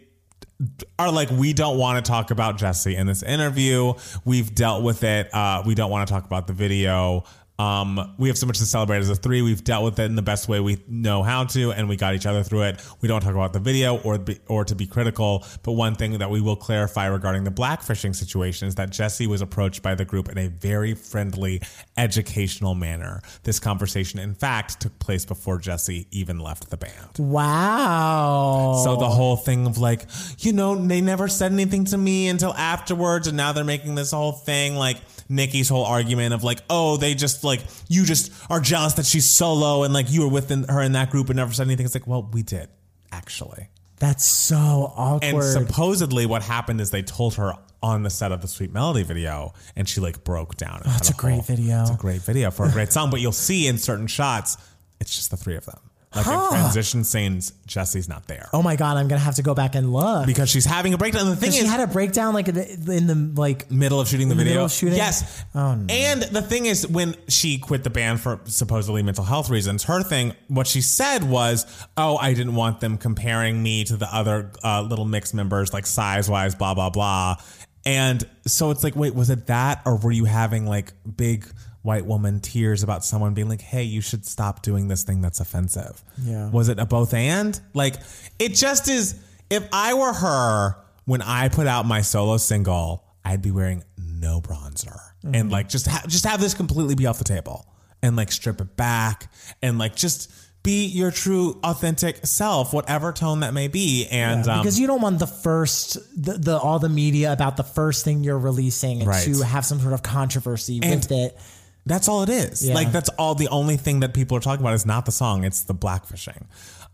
[SPEAKER 1] are like, we don't want to talk about Jesse in this interview. We've dealt with it. Uh, we don't want to talk about the video. Um, we have so much to celebrate as a three. We've dealt with it in the best way we know how to, and we got each other through it. We don't talk about the video or be, or to be critical, but one thing that we will clarify regarding the blackfishing situation is that Jesse was approached by the group in a very friendly, educational manner. This conversation, in fact, took place before Jesse even left the band.
[SPEAKER 2] wow.
[SPEAKER 1] So the whole thing of like, you know, they never said anything to me until afterwards, and now they're making this whole thing like Nikki's whole argument of like, oh, they just like you just are jealous that she's solo and like you were with in- her in that group and never said anything. It's like, well, we did actually.
[SPEAKER 2] That's so awkward.
[SPEAKER 1] And supposedly, what happened is they told her on the set of the Sweet Melody video, and she like broke down. Oh,
[SPEAKER 2] it's a great video.
[SPEAKER 1] It's a great video for a great song, but you'll see in certain shots, it's just the three of them. Like
[SPEAKER 2] Huh.
[SPEAKER 1] in transition scenes, Jesse's not there.
[SPEAKER 2] oh my god, I'm gonna have to go back and look.
[SPEAKER 1] Because she's having a breakdown. And the thing
[SPEAKER 2] she
[SPEAKER 1] is,
[SPEAKER 2] had a breakdown like in the, in the like
[SPEAKER 1] middle of shooting the video.
[SPEAKER 2] middle of shooting? Oh,
[SPEAKER 1] Yes. And the thing is, when she quit the band for supposedly mental health reasons, her thing, what she said was, "Oh, I didn't want them comparing me to the other uh, little mix members, like size wise, blah blah blah." And so it's like, wait, was it that, or were you having like big white woman tears about someone being like, "Hey, you should stop doing this thing that's offensive"?
[SPEAKER 2] Yeah.
[SPEAKER 1] Was it a both and? Like, it just is. If I were her, when I put out my solo single, I'd be wearing no bronzer and like just ha- just have this completely be off the table and like strip it back and like just be your true authentic self, whatever tone that may be. And um,
[SPEAKER 2] because you don't want the first the, the all the media about the first thing you're releasing
[SPEAKER 1] Right.
[SPEAKER 2] to have some sort of controversy with it
[SPEAKER 1] That's all it is.
[SPEAKER 2] Yeah.
[SPEAKER 1] Like that's all the only thing that people are talking about is not the song, it's the blackfishing.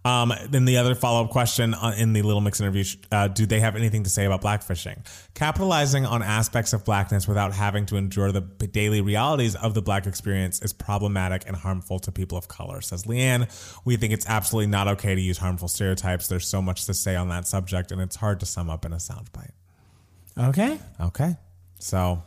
[SPEAKER 1] Um, then the other follow up question on- in the Little Mix interview uh, do they have anything to say about blackfishing? Capitalizing on aspects of blackness without having to endure the b- daily realities of the black experience is problematic and harmful to people of color, says Leanne. We think it's absolutely not okay to use harmful stereotypes. There's so much to say on that subject, and it's hard to sum up in a soundbite.
[SPEAKER 2] okay
[SPEAKER 1] Okay. So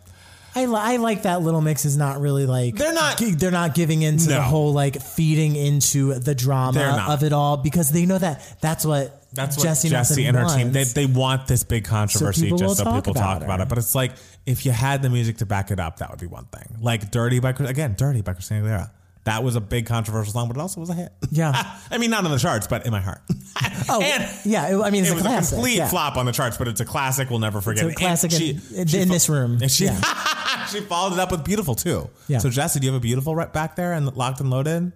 [SPEAKER 2] I, li- I like that little mix is not really like
[SPEAKER 1] They're not-
[SPEAKER 2] gi- they're not giving into the
[SPEAKER 1] No.
[SPEAKER 2] whole like feeding into the
[SPEAKER 1] They're
[SPEAKER 2] drama
[SPEAKER 1] not.
[SPEAKER 2] of it all because they know that that's what
[SPEAKER 1] That's what
[SPEAKER 2] Jesse
[SPEAKER 1] Jesse,
[SPEAKER 2] Nelson
[SPEAKER 1] and her team they,
[SPEAKER 2] wants.
[SPEAKER 1] they want this big controversy
[SPEAKER 2] people will
[SPEAKER 1] just so
[SPEAKER 2] talk
[SPEAKER 1] people
[SPEAKER 2] about
[SPEAKER 1] talk about
[SPEAKER 2] her.
[SPEAKER 1] it. But it's like if you had the music to back it up, that would be one thing. Like "Dirty" by again, "Dirty" by Christina Aguilera. That was a big controversial song, but it also was a hit.
[SPEAKER 2] Yeah.
[SPEAKER 1] I mean, not on the charts, but in my heart.
[SPEAKER 2] Oh,
[SPEAKER 1] And
[SPEAKER 2] yeah. It, I mean, it's
[SPEAKER 1] it
[SPEAKER 2] a
[SPEAKER 1] was
[SPEAKER 2] classic.
[SPEAKER 1] a complete
[SPEAKER 2] yeah.
[SPEAKER 1] flop on the charts, but it's a classic we'll never forget.
[SPEAKER 2] It's a
[SPEAKER 1] And
[SPEAKER 2] classic
[SPEAKER 1] she-
[SPEAKER 2] in, in
[SPEAKER 1] she fo-
[SPEAKER 2] this room.
[SPEAKER 1] And she
[SPEAKER 2] yeah.
[SPEAKER 1] she followed it up with beautiful too.
[SPEAKER 2] Yeah.
[SPEAKER 1] So Jesse, do you have a beautiful right back there and locked and loaded?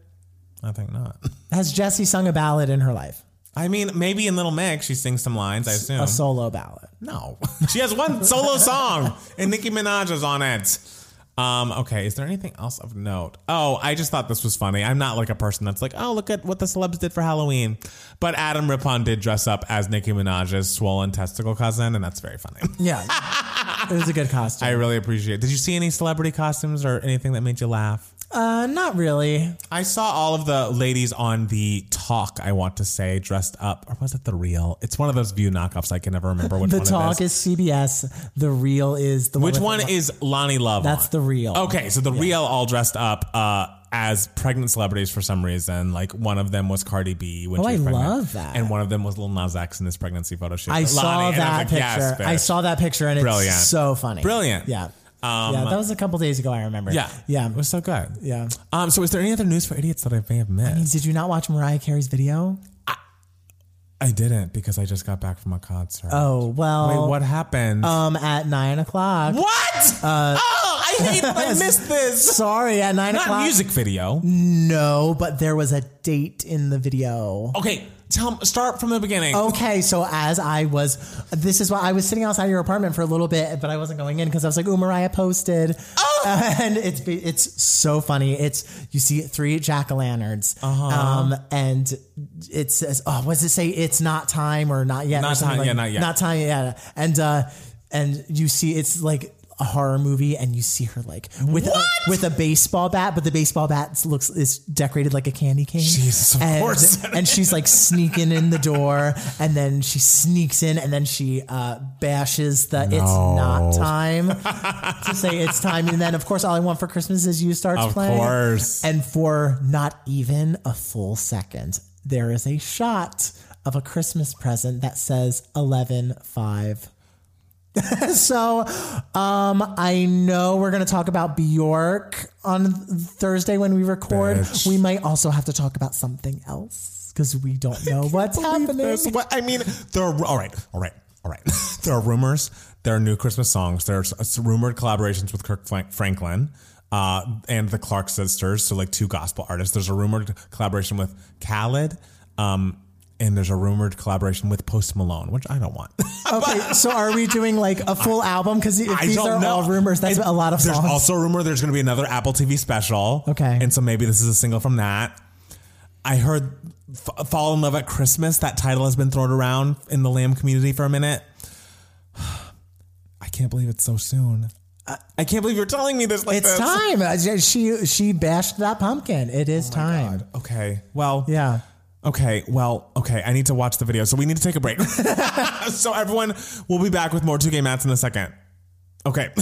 [SPEAKER 1] I think not.
[SPEAKER 2] Has Jessie sung a ballad in her life?
[SPEAKER 1] I mean, maybe in Little Mix she sings some lines. I assume.
[SPEAKER 2] A solo ballad.
[SPEAKER 1] no, she has one solo song, and Nicki Minaj is on it. Um, okay, is there anything else of note? Oh, I just thought this was funny. I'm not like a person that's like, oh, look at what the celebs did for Halloween. But Adam Rippon did dress up as Nicki Minaj's swollen testicle cousin, and that's very funny.
[SPEAKER 2] Yeah. it was a good costume.
[SPEAKER 1] I really appreciate it. Did you see any celebrity costumes or anything that made you laugh?
[SPEAKER 2] uh, not really.
[SPEAKER 1] I saw all of the ladies on the talk, I want to say, dressed up. Or was it the real? It's one of those view knockoffs. I can never remember which
[SPEAKER 2] The
[SPEAKER 1] one
[SPEAKER 2] talk
[SPEAKER 1] it is.
[SPEAKER 2] is CBS. The real is the
[SPEAKER 1] Which
[SPEAKER 2] with-
[SPEAKER 1] one Oh, is Lonnie Love?
[SPEAKER 2] That's the real.
[SPEAKER 1] Okay, so the real all dressed up uh, as pregnant celebrities for some reason. Like one of them was Cardi B when
[SPEAKER 2] Oh,
[SPEAKER 1] she was
[SPEAKER 2] I
[SPEAKER 1] pregnant,
[SPEAKER 2] love that.
[SPEAKER 1] and one of them was Lil Nas X in this pregnancy photo shoot.
[SPEAKER 2] I
[SPEAKER 1] Lonnie,
[SPEAKER 2] saw
[SPEAKER 1] and
[SPEAKER 2] that
[SPEAKER 1] I was
[SPEAKER 2] picture.
[SPEAKER 1] like, yes,
[SPEAKER 2] I
[SPEAKER 1] bitch.
[SPEAKER 2] saw that picture and
[SPEAKER 1] Brilliant.
[SPEAKER 2] it's so funny.
[SPEAKER 1] Brilliant.
[SPEAKER 2] Yeah. yeah, that was a couple days ago. I remember.
[SPEAKER 1] Um, Yeah,
[SPEAKER 2] Yeah.
[SPEAKER 1] it was so good.
[SPEAKER 2] Yeah.
[SPEAKER 1] Um, so, is there any other news for idiots that I may have missed?
[SPEAKER 2] Did you not watch Mariah Carey's video?
[SPEAKER 1] I didn't because I just got back from a concert.
[SPEAKER 2] Oh well.
[SPEAKER 1] Wait, what happened?
[SPEAKER 2] Um, at nine o'clock.
[SPEAKER 1] what?
[SPEAKER 2] uh,
[SPEAKER 1] oh, I hate. I missed this.
[SPEAKER 2] Sorry, at nine
[SPEAKER 1] Not
[SPEAKER 2] o'clock.
[SPEAKER 1] music video.
[SPEAKER 2] No, but there was a date in the video.
[SPEAKER 1] Okay, tell. Start from the beginning.
[SPEAKER 2] Okay, so as I was, this is why I was sitting outside your apartment for a little bit, but I wasn't going in because I was like, "Ooh, Mariah posted,"
[SPEAKER 1] Oh.
[SPEAKER 2] and it's be- it's so funny. It's you see three jack o' lanterns,
[SPEAKER 1] Uh-huh.
[SPEAKER 2] um, and it says, "Oh, what does it say? It's not time or not yet? or
[SPEAKER 1] Not
[SPEAKER 2] something
[SPEAKER 1] time-
[SPEAKER 2] like-
[SPEAKER 1] yeah, not yet.
[SPEAKER 2] Not time. Yeah, and uh, and you see it's like. A horror movie, and you see her like with a,
[SPEAKER 1] What?
[SPEAKER 2] with a baseball bat, but the baseball bat looks is decorated like a candy cane.
[SPEAKER 1] Jesus, of
[SPEAKER 2] and,
[SPEAKER 1] course.
[SPEAKER 2] and she's like sneaking in the door, and then she sneaks in, and then she uh, bashes the "It's not time" to say "It's time," and then of course, "All I Want for Christmas Is You" starts
[SPEAKER 1] Of
[SPEAKER 2] playing,
[SPEAKER 1] course.
[SPEAKER 2] and for not even a full second, there is a shot of a Christmas present that says eleven five. So, um, I know we're going to talk about Bjork on Thursday when we record.
[SPEAKER 1] Bitch.
[SPEAKER 2] We might also have to talk about something else because we don't know what's happening.
[SPEAKER 1] This- what- I mean, there are all right, all right, all right. there are rumors. There are new Christmas songs. There's rumored collaborations with Kirk Frank- Franklin uh, and the Clark sisters. So like two gospel artists. There's a rumored collaboration with Khaled. Um, and there's a rumored collaboration with Post Malone, which I don't want.
[SPEAKER 2] Okay, so are we doing like a full album? Because if
[SPEAKER 1] I
[SPEAKER 2] these
[SPEAKER 1] don't
[SPEAKER 2] are
[SPEAKER 1] know.
[SPEAKER 2] all rumors, that's
[SPEAKER 1] And
[SPEAKER 2] a lot of
[SPEAKER 1] There's
[SPEAKER 2] songs.
[SPEAKER 1] also a rumor there's going to be another Apple TV special.
[SPEAKER 2] Okay.
[SPEAKER 1] And so maybe this is a single from that. I heard F- Fall in Love at Christmas. That title has been thrown around in the Lamb community for a minute. I can't believe it's so soon. I, I can't believe you're telling me this like
[SPEAKER 2] it's
[SPEAKER 1] this.
[SPEAKER 2] time. Uh, She she bashed that pumpkin. It
[SPEAKER 1] Oh
[SPEAKER 2] is time.
[SPEAKER 1] Okay. Well,
[SPEAKER 2] Yeah.
[SPEAKER 1] Okay, well, okay, I need to watch the video, so we need to take a break. so, everyone, we'll be back with more 2K Mats in a second. Okay.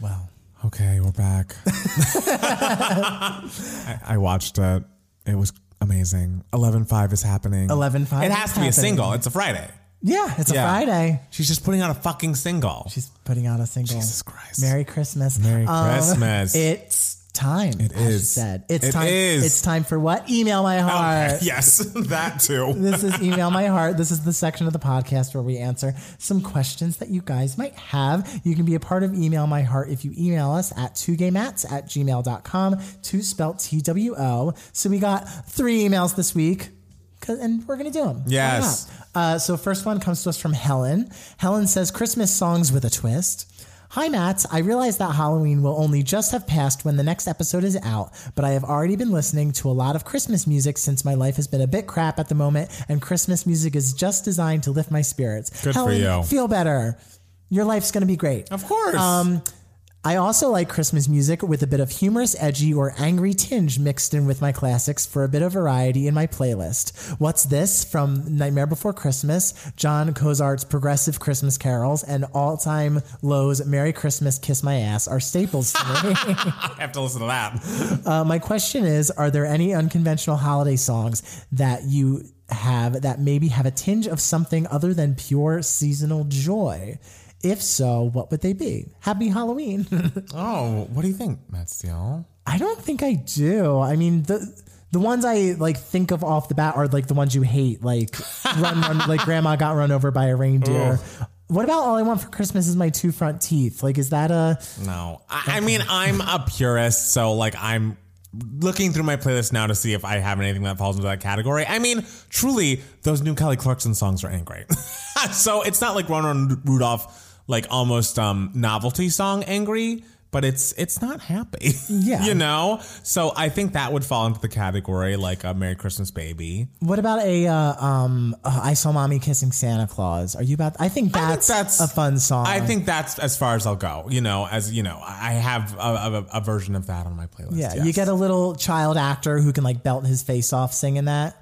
[SPEAKER 1] Wow. Okay, we're back. I, I watched it. It was amazing. Eleven five is happening.
[SPEAKER 2] 11/5
[SPEAKER 1] It
[SPEAKER 2] is
[SPEAKER 1] has to be
[SPEAKER 2] happening.
[SPEAKER 1] a single. It's a Friday.
[SPEAKER 2] Yeah, it's a
[SPEAKER 1] Yeah.
[SPEAKER 2] Friday.
[SPEAKER 1] She's just putting out a fucking single.
[SPEAKER 2] She's putting out a single.
[SPEAKER 1] Jesus Christ.
[SPEAKER 2] Merry Christmas. Um,
[SPEAKER 1] Merry Christmas.
[SPEAKER 2] It's time. It is.
[SPEAKER 1] is.
[SPEAKER 2] Said. It's
[SPEAKER 1] It
[SPEAKER 2] time.
[SPEAKER 1] is.
[SPEAKER 2] It's time for what? Email my heart.
[SPEAKER 1] Okay, Yes, that too.
[SPEAKER 2] This is Email My Heart. This is the section of the podcast where we answer some questions that you guys might have. You can be a part of Email My Heart if you email us at 2gaymats at gmail.com to spell T W O. So we got three emails this week. 'cause- And we're going to do them.
[SPEAKER 1] Yes.
[SPEAKER 2] Uh, so first one comes to us from Helen. Helen says Christmas songs with a twist. Hi, Matt. I realize that Halloween will only just have passed when the next episode is out, but I have already been listening to a lot of Christmas music since my life has been a bit crap at the moment, and Christmas music is just designed to lift my spirits.
[SPEAKER 1] Good for
[SPEAKER 2] Helen,
[SPEAKER 1] you.
[SPEAKER 2] Feel better. Your life's going to be great.
[SPEAKER 1] Of course. Um,
[SPEAKER 2] I also like Christmas music with a bit of humorous, edgy, or angry tinge mixed in with my classics for a bit of variety in my playlist. What's This from Nightmare Before Christmas, John Cozart's Progressive Christmas Carols, and All Time Low's Merry Christmas, Kiss My Ass are staples to me.
[SPEAKER 1] I have to listen to that.
[SPEAKER 2] Uh, my question is Are there any unconventional holiday songs that you have that maybe have a tinge of something other than pure seasonal joy? If so, what would they be? Happy Halloween.
[SPEAKER 1] Oh, what do you think, Matt Steele?
[SPEAKER 2] I don't think I do. I mean, the the ones I like think of off the bat are like the ones you hate, like run, run, like Grandma got run over by a reindeer. What about all I want for Christmas is my two front teeth? Like, is that a
[SPEAKER 1] No, I, I mean I'm a purist, so like I'm looking through my playlist now to see if I have anything that falls into that category. I mean, truly, those new Kelly Clarkson songs are angry, so it's not like Ron Ron Rudolph, like almost um novelty song angry. But it's it's not happy,
[SPEAKER 2] Yeah.
[SPEAKER 1] you know. So I think that would fall into the category like a Merry Christmas Baby.
[SPEAKER 2] what about a uh, um uh, I saw mommy kissing Santa Claus? Are you about? I think
[SPEAKER 1] I think
[SPEAKER 2] that's, a fun song.
[SPEAKER 1] I think that's as far as I'll go. You know, as you know, I I have a, a, a version of that on my playlist.
[SPEAKER 2] Yeah,
[SPEAKER 1] yes.
[SPEAKER 2] you get a little child actor who can like belt his face off singing that.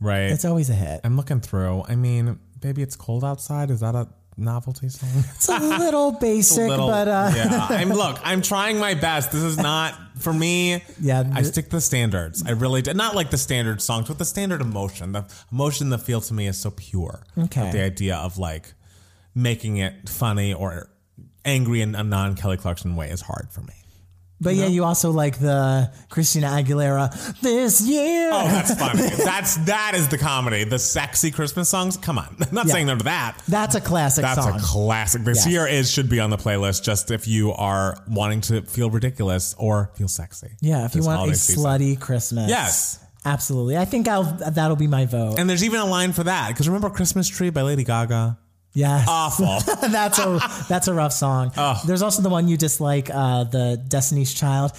[SPEAKER 1] right.
[SPEAKER 2] It's always a hit.
[SPEAKER 1] I'm looking through. I mean, baby, it's cold outside. Is that a novelty song?
[SPEAKER 2] It's a little basic, but uh,
[SPEAKER 1] yeah. I'm look. I'm trying my best. This is not for me.
[SPEAKER 2] Yeah,
[SPEAKER 1] I
[SPEAKER 2] th-
[SPEAKER 1] stick to the standards. I really do. Not like the standard songs, but the standard emotion. The emotion that feels to me is so pure.
[SPEAKER 2] Okay.
[SPEAKER 1] Like, the idea of like making it funny or angry in a non Kelly Clarkson way is hard for me.
[SPEAKER 2] but yeah, you also like the Christina Aguilera this year.
[SPEAKER 1] Oh, that's funny. that's that is the comedy. The sexy Christmas songs. Come on. I'm not saying no to that.
[SPEAKER 2] That's a classic
[SPEAKER 1] That's
[SPEAKER 2] song.
[SPEAKER 1] a classic. This
[SPEAKER 2] Yes.
[SPEAKER 1] year is should be on the playlist. Just if you are wanting to feel ridiculous or feel sexy.
[SPEAKER 2] yeah, if you
[SPEAKER 1] This
[SPEAKER 2] want a
[SPEAKER 1] holiday season.
[SPEAKER 2] slutty Christmas.
[SPEAKER 1] Yes.
[SPEAKER 2] Absolutely. I think I'll that'll be my vote.
[SPEAKER 1] And there's even a line for that because remember Christmas Tree by Lady Gaga.
[SPEAKER 2] Yes.
[SPEAKER 1] Awful.
[SPEAKER 2] that's a that's a rough song.
[SPEAKER 1] Oh.
[SPEAKER 2] There's also the one you dislike, uh, the Destiny's Child.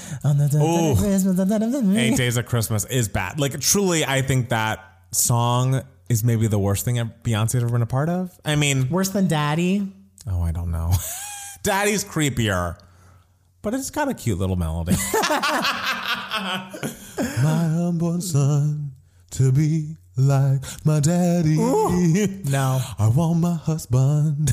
[SPEAKER 1] Eight Days of Christmas is bad. Like truly, I think that song is maybe the worst thing Beyonce's ever been a part of. I mean,
[SPEAKER 2] Worse than Daddy.
[SPEAKER 1] oh, I don't know. Daddy's creepier, but it's got a cute little melody. My unborn son to be like my daddy.
[SPEAKER 2] No,
[SPEAKER 1] I want my husband.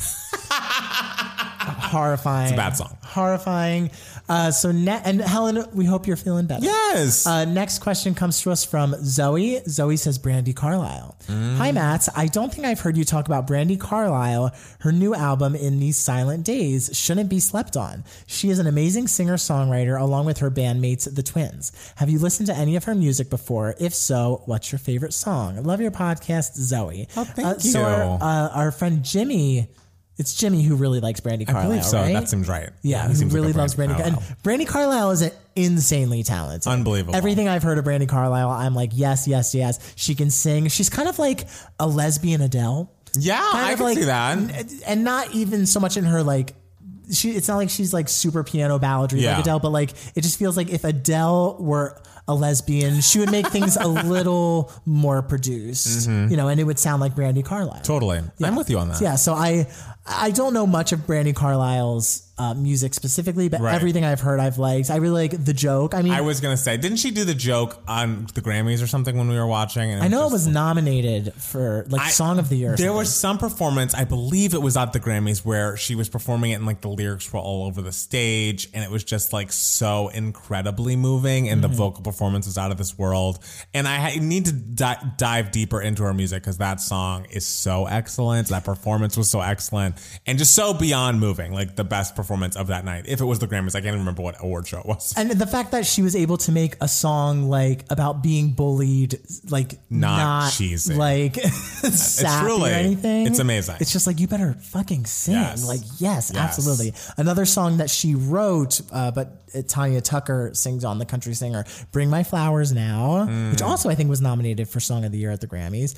[SPEAKER 2] horrifying. It's a
[SPEAKER 1] bad song.
[SPEAKER 2] Horrifying. Uh, so ne- and Helen, we hope you're feeling better.
[SPEAKER 1] Yes.
[SPEAKER 2] Uh, next question comes to us from Zoe. Zoe says Brandy Carlisle.
[SPEAKER 1] Mm.
[SPEAKER 2] Hi, Matt. I don't think I've heard you talk about Brandy Carlisle, her new album, In These Silent Days, shouldn't be slept on. She is an amazing singer songwriter along with her bandmates, the Twins. Have you listened to any of her music before? If so, what's your favorite song? Love your podcast, Zoe. Oh,
[SPEAKER 1] thank
[SPEAKER 2] So our,
[SPEAKER 1] you.
[SPEAKER 2] uh, our friend Jimmy, it's Jimmy who really likes Brandy
[SPEAKER 1] I
[SPEAKER 2] Carlisle.
[SPEAKER 1] believe so.
[SPEAKER 2] right?
[SPEAKER 1] That seems right.
[SPEAKER 2] Yeah,
[SPEAKER 1] he
[SPEAKER 2] he
[SPEAKER 1] seems like
[SPEAKER 2] really
[SPEAKER 1] a
[SPEAKER 2] loves Brandy.
[SPEAKER 1] Carlisle.
[SPEAKER 2] Carlisle. And Brandy Carlisle is an insanely talented.
[SPEAKER 1] Unbelievable.
[SPEAKER 2] Everything I've heard of Brandy Carlisle, I'm like, yes, yes, yes. She can sing. She's kind of like a lesbian Adele.
[SPEAKER 1] yeah,
[SPEAKER 2] Kind
[SPEAKER 1] I
[SPEAKER 2] of
[SPEAKER 1] can
[SPEAKER 2] like-
[SPEAKER 1] see that.
[SPEAKER 2] And not even so much in her like she it's not like she's like super piano balladry
[SPEAKER 1] Yeah.
[SPEAKER 2] like Adele, but like it just feels like if Adele were a lesbian, she would make things a little more produced.
[SPEAKER 1] Mm-hmm.
[SPEAKER 2] You know, and it would sound like Brandy Carlisle.
[SPEAKER 1] Totally. I'm with you on that.
[SPEAKER 2] Yeah, so I I don't know much of Brandy Carlisle's uh, music specifically, but
[SPEAKER 1] Right.
[SPEAKER 2] everything I've heard I've liked. I really like the joke. I mean,
[SPEAKER 1] I
[SPEAKER 2] I
[SPEAKER 1] was gonna say, didn't she do the joke on the Grammys or something when we were watching? And I
[SPEAKER 2] know it was nominated for like Song of the Year. or
[SPEAKER 1] There
[SPEAKER 2] something.
[SPEAKER 1] was some performance, I believe it was at the Grammys, where she was performing it and like the lyrics were all over the stage, and it was just like so incredibly moving, and the
[SPEAKER 2] Mm-hmm.
[SPEAKER 1] vocal performance was out of this world. And I ha- need to di- dive deeper into her music because that song is so excellent. That performance was so excellent, and just so beyond moving. Like the best performance of that night, if it was the Grammys, I can't even remember what award show it was.
[SPEAKER 2] and the fact that she was able to make a song like about being bullied, like
[SPEAKER 1] Not
[SPEAKER 2] not,
[SPEAKER 1] cheesy.
[SPEAKER 2] like sappy
[SPEAKER 1] truly-
[SPEAKER 2] or anything.
[SPEAKER 1] it's amazing.
[SPEAKER 2] It's just like you better fucking sing.
[SPEAKER 1] Yes.
[SPEAKER 2] Like yes, absolutely. Another song that she wrote, uh, but uh, Tanya Tucker sings on the country singer "Bring My Flowers Now,"
[SPEAKER 1] Mm.
[SPEAKER 2] which also I think was nominated for Song of the Year at the Grammys.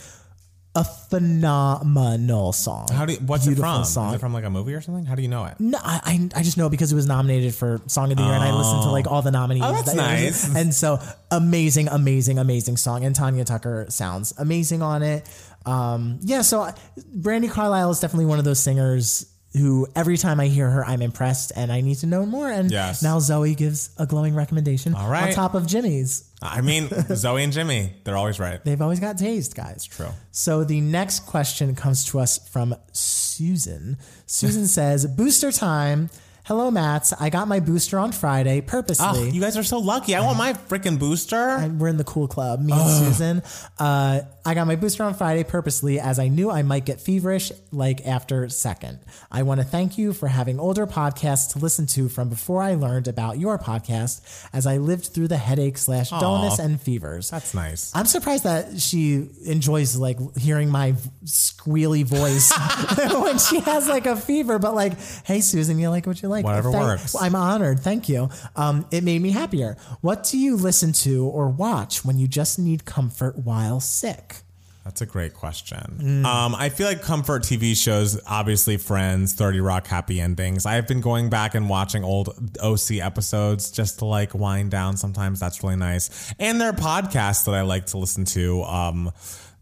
[SPEAKER 2] A phenomenal song.
[SPEAKER 1] How do you, what's it
[SPEAKER 2] Beautiful
[SPEAKER 1] from? Is
[SPEAKER 2] song.
[SPEAKER 1] it from like a movie or something? How do you know it?
[SPEAKER 2] No, I, I I just know it because it was nominated for Song of the Year, and I listened to like all the nominees.
[SPEAKER 1] Oh, that's
[SPEAKER 2] that-
[SPEAKER 1] nice.
[SPEAKER 2] And so amazing, amazing, amazing song, and Tanya Tucker sounds amazing on it. Um, yeah, so I- Brandy Carlisle is definitely one of those singers who every time I hear her, I'm impressed and I need to know more. And
[SPEAKER 1] Yes.
[SPEAKER 2] now Zoe gives a glowing recommendation
[SPEAKER 1] All right.
[SPEAKER 2] on top of Jimmy's.
[SPEAKER 1] I mean, Zoe and Jimmy, they're always right.
[SPEAKER 2] They've always got taste, guys.
[SPEAKER 1] True.
[SPEAKER 2] So the next question comes to us from Susan. Susan says, Booster time. Hello, Mats. I got my booster on Friday purposely.
[SPEAKER 1] Ah, you guys are so lucky. I want my freaking booster.
[SPEAKER 2] And we're in the cool club, me and Susan. Uh, I got my booster on Friday purposely as I knew I might get feverish like after second. I want to thank you for having older podcasts to listen to from before I learned about your podcast as I lived through the headache slash dullness and fevers.
[SPEAKER 1] That's nice.
[SPEAKER 2] I'm surprised that she enjoys like hearing my squealy voice when she has like a fever. But like, hey Susan, you like what you like.
[SPEAKER 1] Whatever
[SPEAKER 2] Thank-
[SPEAKER 1] works.
[SPEAKER 2] I'm honored. Thank you. Um, it made me happier. What do you listen to or watch when you just need comfort while sick?
[SPEAKER 1] That's a great question. Um, I feel like comfort TV shows, obviously Friends, 30 Rock, Happy Endings. I've been going back and watching old OC episodes just to like wind down sometimes. That's really nice. And there are podcasts that I like to listen to. Um,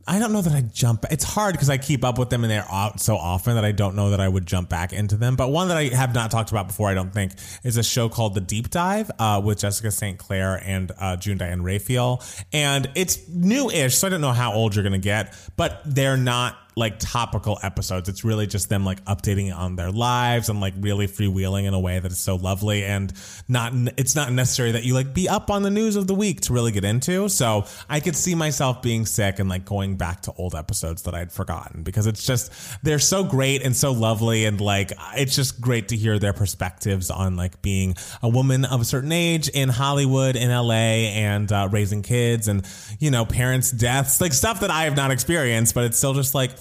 [SPEAKER 1] I don't know that I jump. It's hard because I keep up with them and they're out so often that I don't know that I would jump back into them. But one that I have not talked about before, I don't think, is a show called The Deep Dive uh, with Jessica St. Clair and uh, June Diane Raphael. And it's new ish, so I don't know how old you're going to get, but they're not like topical episodes. It's really just them like updating on their lives and like really freewheeling in a way that is so lovely and not it's not necessary that you like be up on the news of the week to really get into. So I could see myself being sick and like going back to old episodes that I'd forgotten because it's just they're so great and so lovely and like it's just great to hear their perspectives on like being a woman of a certain age in Hollywood in LA and uh, raising kids and you know parents deaths like stuff that I have not experienced but it's still just like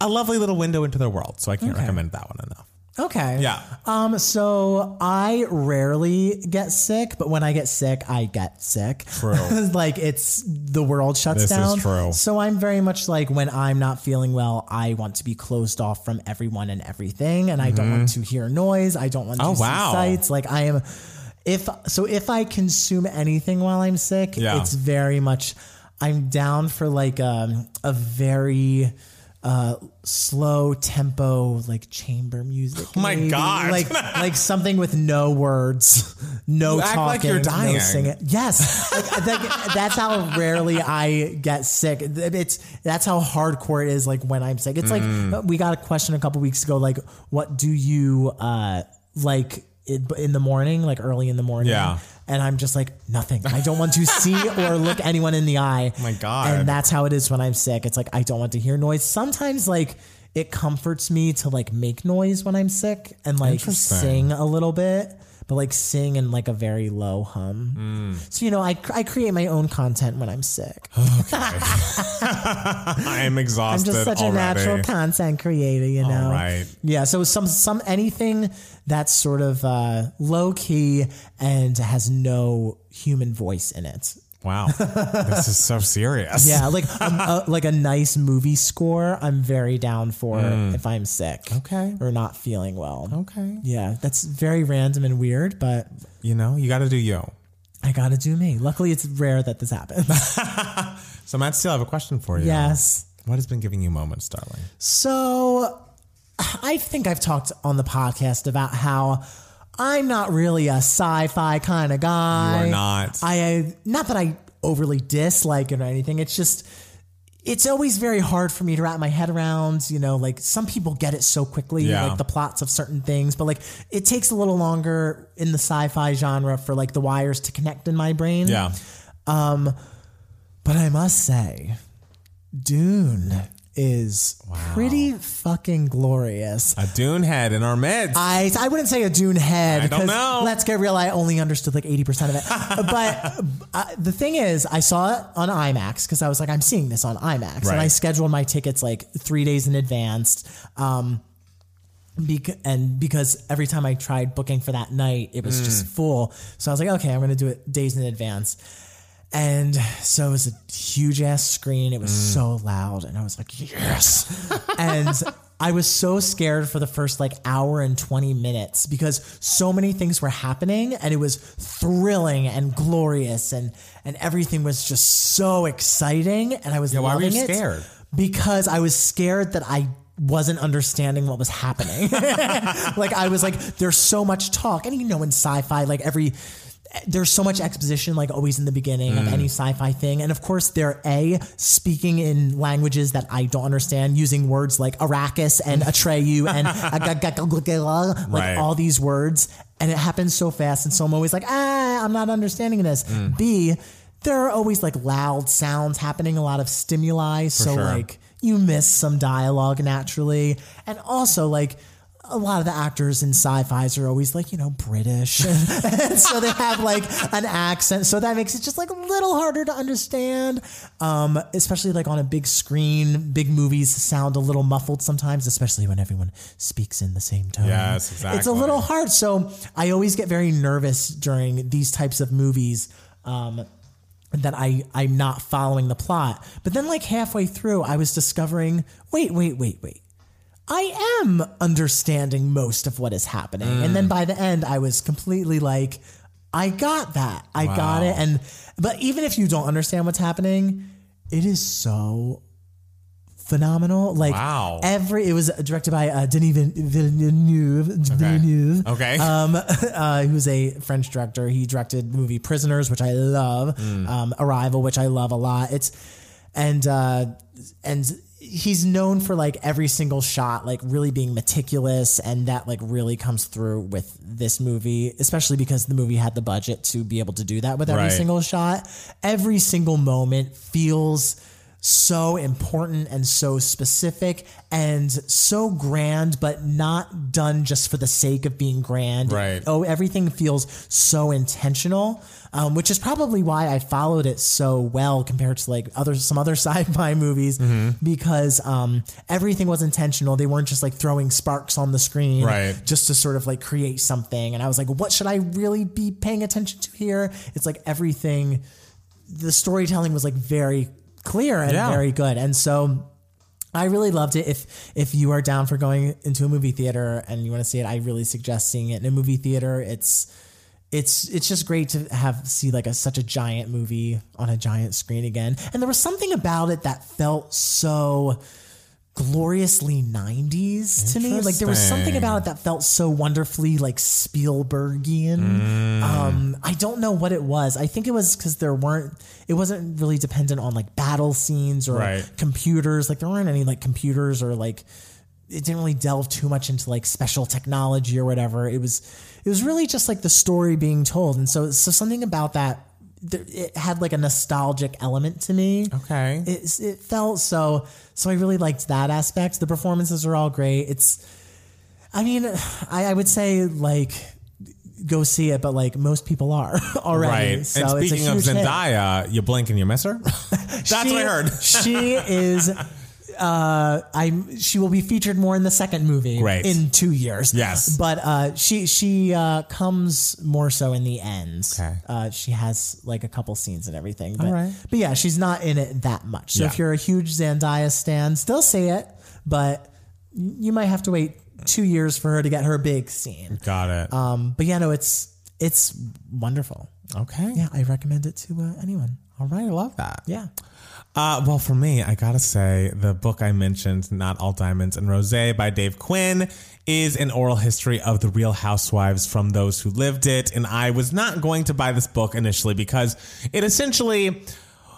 [SPEAKER 1] a lovely little window into their world so I can't recommend that one enough.
[SPEAKER 2] Okay.
[SPEAKER 1] Yeah.
[SPEAKER 2] Um, so I rarely get sick, but when I get sick, I get sick.
[SPEAKER 1] True.
[SPEAKER 2] like it's the world shuts
[SPEAKER 1] This is
[SPEAKER 2] down.
[SPEAKER 1] true.
[SPEAKER 2] So I'm very much like when I'm not feeling well, I want to be closed off from everyone and everything, and I don't want to hear noise. I don't want to
[SPEAKER 1] Mm-hmm. Oh,
[SPEAKER 2] see
[SPEAKER 1] wow.
[SPEAKER 2] sights. Like I am, if so, if I consume anything while I'm sick,
[SPEAKER 1] Yeah.
[SPEAKER 2] it's very much. I'm down for like um, a very uh, slow tempo, like chamber music.
[SPEAKER 1] my
[SPEAKER 2] maybe.
[SPEAKER 1] God.
[SPEAKER 2] Like like something with no words, no
[SPEAKER 1] You act
[SPEAKER 2] talking,
[SPEAKER 1] like you're dying.
[SPEAKER 2] no singing. Yes, Like, like, that's how rarely I get sick. It's that's how hardcore it is. Like when I'm sick, it's
[SPEAKER 1] Mm.
[SPEAKER 2] like we got a question a couple weeks ago. Like, what do you uh like? in- In the morning, like early in the morning,
[SPEAKER 1] Yeah.
[SPEAKER 2] and I'm just like nothing. I don't want to see or look anyone in the eye.
[SPEAKER 1] My God.
[SPEAKER 2] And that's how it is when I'm sick. It's like I don't want to hear noise. Sometimes like it comforts me to like make noise when I'm sick and like sing a little bit, but like sing in like a very low hum. So you know, I I create my own content when I'm sick.
[SPEAKER 1] I am
[SPEAKER 2] I'm
[SPEAKER 1] exhausted
[SPEAKER 2] just such
[SPEAKER 1] already.
[SPEAKER 2] a natural content creator, you know.
[SPEAKER 1] right.
[SPEAKER 2] Yeah, so some some anything that's sort of uh, low key and has no human voice in it.
[SPEAKER 1] Wow. this is so serious.
[SPEAKER 2] Yeah, like um, uh, like a nice movie score. I'm very down for if I'm sick,
[SPEAKER 1] Mm. Okay.
[SPEAKER 2] or not feeling well.
[SPEAKER 1] Okay.
[SPEAKER 2] Yeah, that's very random and weird, but
[SPEAKER 1] You know, you got to do you.
[SPEAKER 2] I gotta do me. Luckily, it's rare that this happens.
[SPEAKER 1] So Matt Steele, I have a question for you.
[SPEAKER 2] yes.
[SPEAKER 1] What has been giving you moments, darling?
[SPEAKER 2] So I think I've talked on the podcast about how I'm not really a sci-fi kind of guy.
[SPEAKER 1] You are not.
[SPEAKER 2] I not that I overly dislike it or anything. It's just it's always very hard for me to wrap my head around, you know, like some people get it so quickly,
[SPEAKER 1] Yeah.
[SPEAKER 2] like the plots of certain things, but like it takes a little longer in the sci-fi genre for like the wires to connect in my brain.
[SPEAKER 1] Yeah.
[SPEAKER 2] But I must say, Dune is pretty fucking glorious.
[SPEAKER 1] A dune head in our midst.
[SPEAKER 2] I, I wouldn't say a Dune head.
[SPEAKER 1] I don't
[SPEAKER 2] 'cause
[SPEAKER 1] know.
[SPEAKER 2] Let's get real. I only understood like 80% of it. but uh, the thing is, I saw it on IMAX because I was like, I'm seeing this on IMAX. And I
[SPEAKER 1] Right.
[SPEAKER 2] scheduled my tickets like three days in advance. Um, bec- and because every time I tried booking for that night, it was
[SPEAKER 1] Mm.
[SPEAKER 2] just full. So I was like, okay, I'm going to do it days in advance. And so it was a huge ass screen. It was
[SPEAKER 1] Mm.
[SPEAKER 2] so loud. And I was like, yes. and I was so scared for the first like hour and 20 minutes because so many things were happening and it was thrilling and glorious and and everything was just so exciting. And I was
[SPEAKER 1] why were you
[SPEAKER 2] loving it
[SPEAKER 1] scared?
[SPEAKER 2] because I was scared that I wasn't understanding what was happening. like I was like, there's so much talk, and you know, in sci-fi, like every there's so much exposition, like always in the beginning of any sci-fi thing, and of course they're a speaking in languages that I don't understand, using words like Arrakis and Atreyu and agagagagagala, like
[SPEAKER 1] Right.
[SPEAKER 2] all these words, and it happens so fast, and so I'm always like, ah, I'm not understanding this. B, there are always like loud sounds happening, a lot of stimuli, so
[SPEAKER 1] sure.
[SPEAKER 2] like you miss some dialogue naturally and also like a lot of the actors in sci-fi's are always like you know british and so they have like an accent so that makes it just like a little harder to understand um, especially like on a big screen big movies sound a little muffled sometimes especially when everyone speaks in the same tone
[SPEAKER 1] Yes,
[SPEAKER 2] it's a
[SPEAKER 1] exactly.
[SPEAKER 2] little hard so i always get very nervous during these types of movies um, that I I'm not following the plot. But then like halfway through, I was discovering, wait, wait, wait, wait. I am understanding most of what is happening. And then by the end, I was completely like, I got that. I got it. And but even if you don't understand what's happening, it is so phenomenal. Like
[SPEAKER 1] Wow.
[SPEAKER 2] every it was directed by uh, Denis Vin- Villeneuve. Villeneuve.
[SPEAKER 1] Okay.
[SPEAKER 2] Um, uh, who's a French director. He directed the movie Prisoners, which I love, um, Arrival, which I love a lot. It's and uh, and he's known for like every single shot, like really being meticulous, and that like really comes through with this movie, especially because the movie had the budget to be able to do that with every
[SPEAKER 1] Right.
[SPEAKER 2] single shot. Every single moment feels so important and so specific and so grand, but not done just for the sake of being grand.
[SPEAKER 1] Right.
[SPEAKER 2] Oh, everything feels so intentional, um, which is probably why I followed it so well compared to like other some other sci-fi movies
[SPEAKER 1] Mm-hmm.
[SPEAKER 2] because um, everything was intentional. They weren't just like throwing sparks on the screen
[SPEAKER 1] Right.
[SPEAKER 2] just to sort of like create something. And I was like, what should I really be paying attention to here? It's like everything the storytelling was like very clear and
[SPEAKER 1] Yeah.
[SPEAKER 2] very good. And so I really loved it. If if you are down for going into a movie theater and you want to see it, I really suggest seeing it in a movie theater. It's it's it's just great to have see like a such a giant movie on a giant screen again. And there was something about it that felt so gloriously 90s to me like there was something about it that felt so wonderfully like spielbergian
[SPEAKER 1] Mm.
[SPEAKER 2] um i don't know what it was i think it was because there weren't it wasn't really dependent on like battle scenes or
[SPEAKER 1] Right.
[SPEAKER 2] computers like there weren't any like computers or like it didn't really delve too much into like special technology or whatever it was it was really just like the story being told and so so something about that there- it had like a nostalgic element to me
[SPEAKER 1] Okay.
[SPEAKER 2] it, it felt so so i really liked that aspect the performances are all great it's i mean i, I would say like go see it but like most people are already
[SPEAKER 1] Right.
[SPEAKER 2] so
[SPEAKER 1] and
[SPEAKER 2] it's a
[SPEAKER 1] speaking of
[SPEAKER 2] huge hit.
[SPEAKER 1] Zendaya, you blink and you miss her. That's
[SPEAKER 2] she,
[SPEAKER 1] what I heard.
[SPEAKER 2] she is uh i she will be featured more in the second movie
[SPEAKER 1] Great.
[SPEAKER 2] in 2 years.
[SPEAKER 1] Yes.
[SPEAKER 2] But uh she she uh comes more so in the end.
[SPEAKER 1] Okay.
[SPEAKER 2] Uh she has like a couple scenes and everything but
[SPEAKER 1] All right.
[SPEAKER 2] but yeah, she's not in it that much. So
[SPEAKER 1] Yeah.
[SPEAKER 2] if you're a huge Zendaya stan, still see it, but you might have to wait 2 years for her to get her big scene.
[SPEAKER 1] Got it.
[SPEAKER 2] Um but yeah, no it's it's wonderful.
[SPEAKER 1] okay.
[SPEAKER 2] Yeah, I recommend it to uh, anyone.
[SPEAKER 1] All right. I love that.
[SPEAKER 2] Yeah.
[SPEAKER 1] Uh, well, for me, I gotta say the book I mentioned, "Not All Diamonds and Rose" by Dave Quinn, is an oral history of the Real Housewives from those who lived it. And I was not going to buy this book initially because it essentially.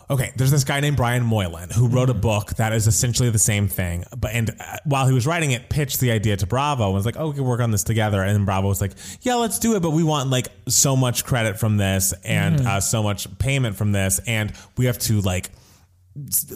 [SPEAKER 1] Okay, there's this guy named Brian Moylan who wrote a book that is essentially the same thing. But and uh, while he was writing it, pitched the idea to Bravo and was like, "Oh, we can work on this together." And then Bravo was like, "Yeah, let's do it, but we want like so much credit from this and uh, so much payment from this, and we have to like."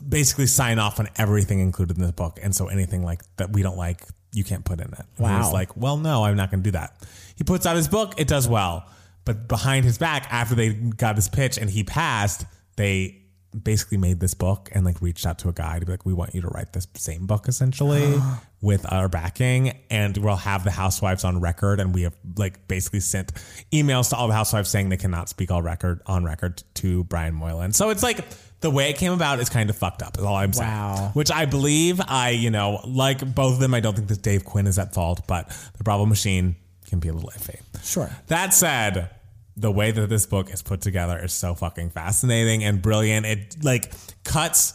[SPEAKER 1] basically sign off on everything included in this book. And so anything like that we don't like, you can't put in it. And
[SPEAKER 2] Wow.
[SPEAKER 1] He's like, well, no, I'm not going to do that. He puts out his book. It does well. But behind his back, after they got his pitch and he passed, they basically made this book and like reached out to a guy to be like, we want you to write this same book essentially with our backing and we'll have the housewives on record. And we have like basically sent emails to all the housewives saying they cannot speak all record on record to Brian Moylan. So it's like, the way it came about is kind of fucked up. Is all I'm saying.
[SPEAKER 2] Wow.
[SPEAKER 1] Which I believe I, you know, like both of them. I don't think that Dave Quinn is at fault, but the Bravo machine can be a little iffy.
[SPEAKER 2] Sure.
[SPEAKER 1] That said, the way that this book is put together is so fucking fascinating and brilliant. It like cuts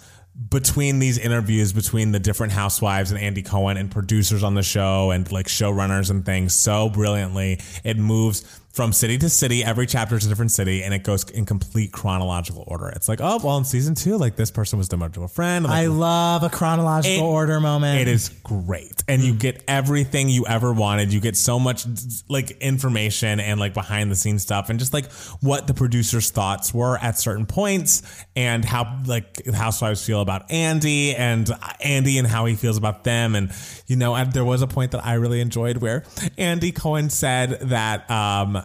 [SPEAKER 1] between these interviews between the different housewives and Andy Cohen and producers on the show and like showrunners and things so brilliantly. It moves from city to city. Every chapter is a different city and it goes in complete chronological order. It's like, oh, well, in season two, like this person was demoted to a friend. and, like,
[SPEAKER 2] I love a chronological
[SPEAKER 1] It-
[SPEAKER 2] order moment.
[SPEAKER 1] it is great. And you get everything you ever wanted. You get so much like information and like behind the scenes stuff and just like what the producers' thoughts were at certain points and how like the housewives feel about Andy and Andy and how he feels about them. And you know, and there was a point that I really enjoyed where Andy Cohen said that, um,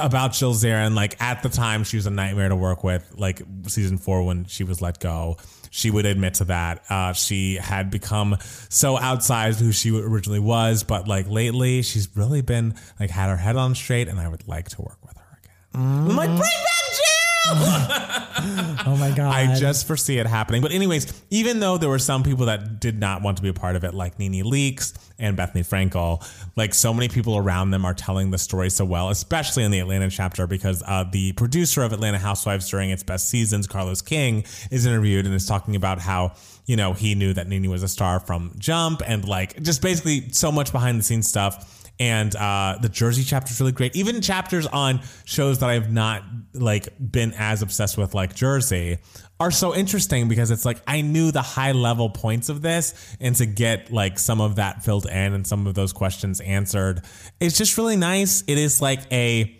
[SPEAKER 1] about Jill Zarin, like at the time she was a nightmare to work with, like season four when she was let go. She would admit to that. Uh, she had become so outsized who she originally was, but like lately she's really been like had her head on straight, and I would like to work with her again. I'm like, bring back Jill!
[SPEAKER 2] oh my god!
[SPEAKER 1] I just foresee it happening. But anyways, even though there were some people that did not want to be a part of it, like Nene Leakes and Bethany Frankel, like so many people around them are telling the story so well, especially in the Atlanta chapter, because uh, the producer of Atlanta Housewives during its best seasons, Carlos King, is interviewed and is talking about how you know he knew that Nene was a star from Jump and like just basically so much behind the scenes stuff and uh, the Jersey chapter is really great. Even chapters on shows that I've not like been as obsessed with, like Jersey, are so interesting because it's like I knew the high level points of this, and to get like some of that filled in and some of those questions answered, it's just really nice. It is like a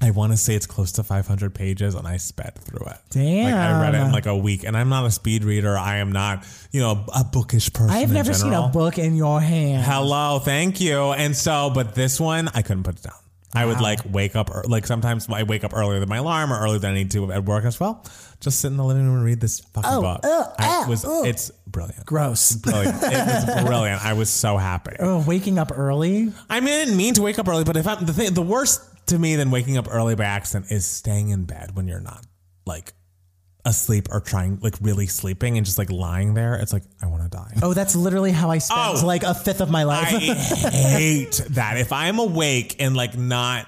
[SPEAKER 1] I want to say it's close to 500 pages, and I sped through it.
[SPEAKER 2] Damn.
[SPEAKER 1] like I read it in like a week, and I'm not a speed reader. I am not, you know, a bookish person.
[SPEAKER 2] I have
[SPEAKER 1] in
[SPEAKER 2] never seen
[SPEAKER 1] general.
[SPEAKER 2] a book in your hand.
[SPEAKER 1] Hello, thank you. And so, but this one, I couldn't put it down. I would like wake up, ear- like sometimes I wake up earlier than my alarm or earlier than I need to at work as well. Just sit in the living room and read this fucking book. I
[SPEAKER 2] ah,
[SPEAKER 1] was,
[SPEAKER 2] oh.
[SPEAKER 1] it's brilliant.
[SPEAKER 2] Gross.
[SPEAKER 1] Brilliant. it was brilliant. I was so happy.
[SPEAKER 2] Oh, waking up early.
[SPEAKER 1] I mean, I didn't mean to wake up early, but if I'm the thing, the worst to me than waking up early by accident is staying in bed when you're not like asleep or trying, like really sleeping and just like lying there. It's like, I want to die.
[SPEAKER 2] Oh, that's literally how I spent
[SPEAKER 1] Oh.
[SPEAKER 2] like a fifth of my life.
[SPEAKER 1] I hate that. If I'm awake and like not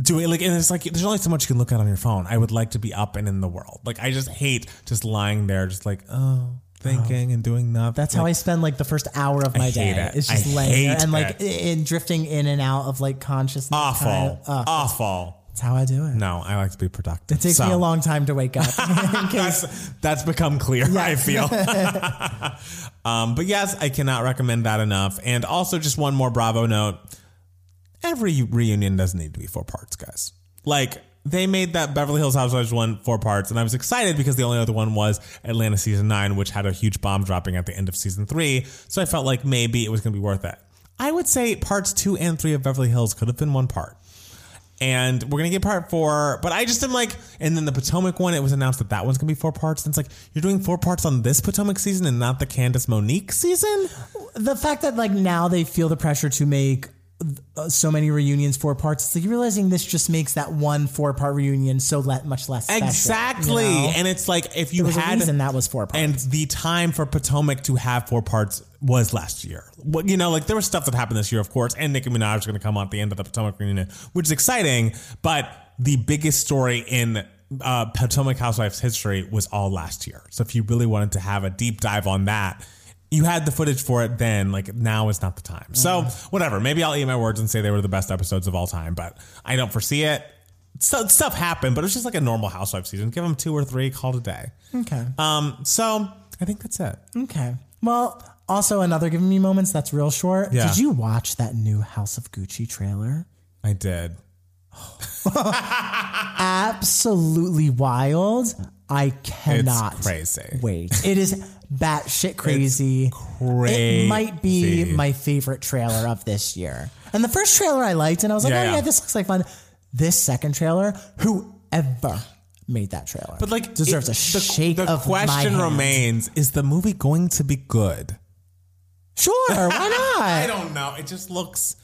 [SPEAKER 1] doing like, and it's like there's only so much you can look at on your phone. I would like to be up and in the world. Like I just hate just lying there, just like oh, thinking and doing nothing.
[SPEAKER 2] That's how I spend like the first hour of my
[SPEAKER 1] hate
[SPEAKER 2] day.
[SPEAKER 1] it.
[SPEAKER 2] It's just
[SPEAKER 1] I
[SPEAKER 2] laying there
[SPEAKER 1] hate
[SPEAKER 2] and like
[SPEAKER 1] it.
[SPEAKER 2] in drifting in and out of like consciousness.
[SPEAKER 1] awful,
[SPEAKER 2] kind of- uh,
[SPEAKER 1] awful.
[SPEAKER 2] that's how I do it.
[SPEAKER 1] No, I like to be productive.
[SPEAKER 2] It takes
[SPEAKER 1] So-
[SPEAKER 2] me a long time to wake up. In case-
[SPEAKER 1] That's that's become clear. I feel. um, but yes, I cannot recommend that enough. And also, just one more Bravo note: every reunion doesn't need to be four parts, guys. Like they made that Beverly Hills Housewives one four parts, and I was excited because the only other one was Atlanta season nine, which had a huge bomb dropping at the end of season three. So I felt like maybe it was going to be worth it. I would say parts two and three of Beverly Hills could have been one part and we're gonna get part four. But I just am like, and then the Potomac one, it was announced that that one's gonna be four parts. And it's like you're doing four parts on this Potomac season and not the Candace Monique season.
[SPEAKER 2] the fact that like now they feel the pressure to make uh, so many reunions four parts it's like you're realizing this just makes that one four part reunion so le- much less special, you
[SPEAKER 1] exactly,
[SPEAKER 2] know?
[SPEAKER 1] and it's like if you
[SPEAKER 2] there was a
[SPEAKER 1] had
[SPEAKER 2] reason that was four parts
[SPEAKER 1] and the time for Potomac to have four parts was last year. What you know, like there was stuff that happened this year, of course, and Nicki Minaj is going to come on at the end of the Potomac reunion, which is exciting. But the biggest story in uh, Potomac Housewives history was all last year. So if you really wanted to have a deep dive on that. You had the footage for it then, like now is not the time. So,
[SPEAKER 2] Mm-hmm.
[SPEAKER 1] whatever. Maybe I'll eat my words and say they were the best episodes of all time, but I don't foresee it. So, stuff happened, but it was just like a normal Housewife season. Give them two or three, call it a day.
[SPEAKER 2] okay
[SPEAKER 1] Um, so I think that's it.
[SPEAKER 2] okay well also another giving me moments that's real short
[SPEAKER 1] Yeah.
[SPEAKER 2] did you watch that new house of gucci trailer
[SPEAKER 1] I did.
[SPEAKER 2] absolutely wild i cannot
[SPEAKER 1] crazy.
[SPEAKER 2] wait it is batshit crazy It might be
[SPEAKER 1] Crazy.
[SPEAKER 2] my favorite trailer of this year. And the first trailer I liked, and I was like,
[SPEAKER 1] Yeah,
[SPEAKER 2] oh
[SPEAKER 1] yeah.
[SPEAKER 2] yeah, this looks like fun. This second trailer, whoever made that trailer,
[SPEAKER 1] But like
[SPEAKER 2] deserves a shake
[SPEAKER 1] The
[SPEAKER 2] of my
[SPEAKER 1] question
[SPEAKER 2] hand.
[SPEAKER 1] remains: Is the movie going to be good?
[SPEAKER 2] Sure, why
[SPEAKER 1] I
[SPEAKER 2] not?
[SPEAKER 1] don't know. It just looks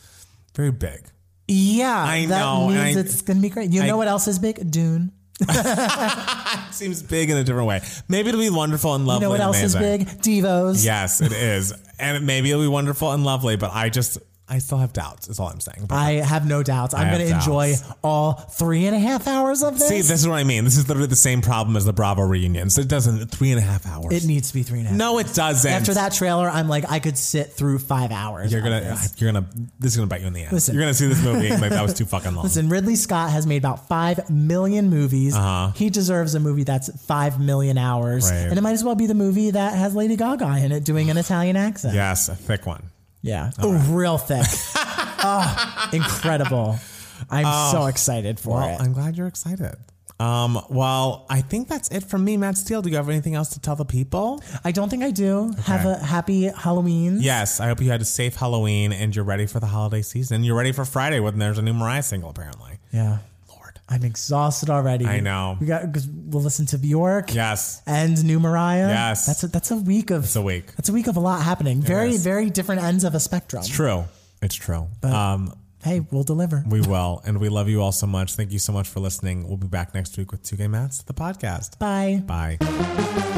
[SPEAKER 1] very big.
[SPEAKER 2] yeah,
[SPEAKER 1] I
[SPEAKER 2] that
[SPEAKER 1] know, and
[SPEAKER 2] means
[SPEAKER 1] I-
[SPEAKER 2] it's gonna be great. You know what else is big? Dune.
[SPEAKER 1] It seems big in a different way. Maybe it'll be wonderful and
[SPEAKER 2] You
[SPEAKER 1] lovely.
[SPEAKER 2] know what
[SPEAKER 1] and
[SPEAKER 2] else
[SPEAKER 1] amazing.
[SPEAKER 2] is big? Devos.
[SPEAKER 1] Yes, it is, and maybe it'll be wonderful and lovely. But I just I still have doubts. Is all I'm saying.
[SPEAKER 2] I have no doubts. I'm
[SPEAKER 1] have
[SPEAKER 2] going to enjoy
[SPEAKER 1] doubts.
[SPEAKER 2] all three and a half hours of this.
[SPEAKER 1] See, this is what I mean. This is literally the same problem as the Bravo reunions. It doesn't three and a half hours.
[SPEAKER 2] it needs to be three and a half.
[SPEAKER 1] no, it doesn't.
[SPEAKER 2] After that trailer, I'm like, I could sit through five hours.
[SPEAKER 1] you're
[SPEAKER 2] of
[SPEAKER 1] gonna,
[SPEAKER 2] this.
[SPEAKER 1] you're gonna, this is gonna bite you in the ass.
[SPEAKER 2] Listen.
[SPEAKER 1] You're gonna see this movie and be like that was too fucking long.
[SPEAKER 2] Listen, Ridley Scott has made about five million movies. Uh-huh. He deserves a movie that's five million hours,
[SPEAKER 1] Right.
[SPEAKER 2] and it might as well be the movie that has Lady Gaga in it doing an Italian accent.
[SPEAKER 1] Yes, a thick one.
[SPEAKER 2] Yeah. Oh, real thick. oh, incredible. I'm so excited for
[SPEAKER 1] Oh. Well,
[SPEAKER 2] it.
[SPEAKER 1] I'm glad you're excited. Um, well, I think that's it from me, Matt Steele. Do you have anything else to tell the people?
[SPEAKER 2] I don't think I do. Have a happy Halloween.
[SPEAKER 1] Yes, I hope you had a safe Halloween and you're ready for the holiday season. You're ready for Friday when there's a new Mariah single, apparently.
[SPEAKER 2] Yeah.
[SPEAKER 1] Lord.
[SPEAKER 2] I'm exhausted already.
[SPEAKER 1] I know.
[SPEAKER 2] We got. 'cause We'll listen to Bjork.
[SPEAKER 1] Yes,
[SPEAKER 2] And New Mariah.
[SPEAKER 1] Yes.
[SPEAKER 2] That's a, that's a week of.
[SPEAKER 1] it's a week.
[SPEAKER 2] That's a week of a lot happening. Very
[SPEAKER 1] is.
[SPEAKER 2] very different ends of a spectrum.
[SPEAKER 1] True. It's true. um,
[SPEAKER 2] Hey, we'll deliver.
[SPEAKER 1] we will. And we love you all so much. Thank you so much for listening. We'll be back next week with 2K Mats, the podcast.
[SPEAKER 2] Bye.
[SPEAKER 1] Bye.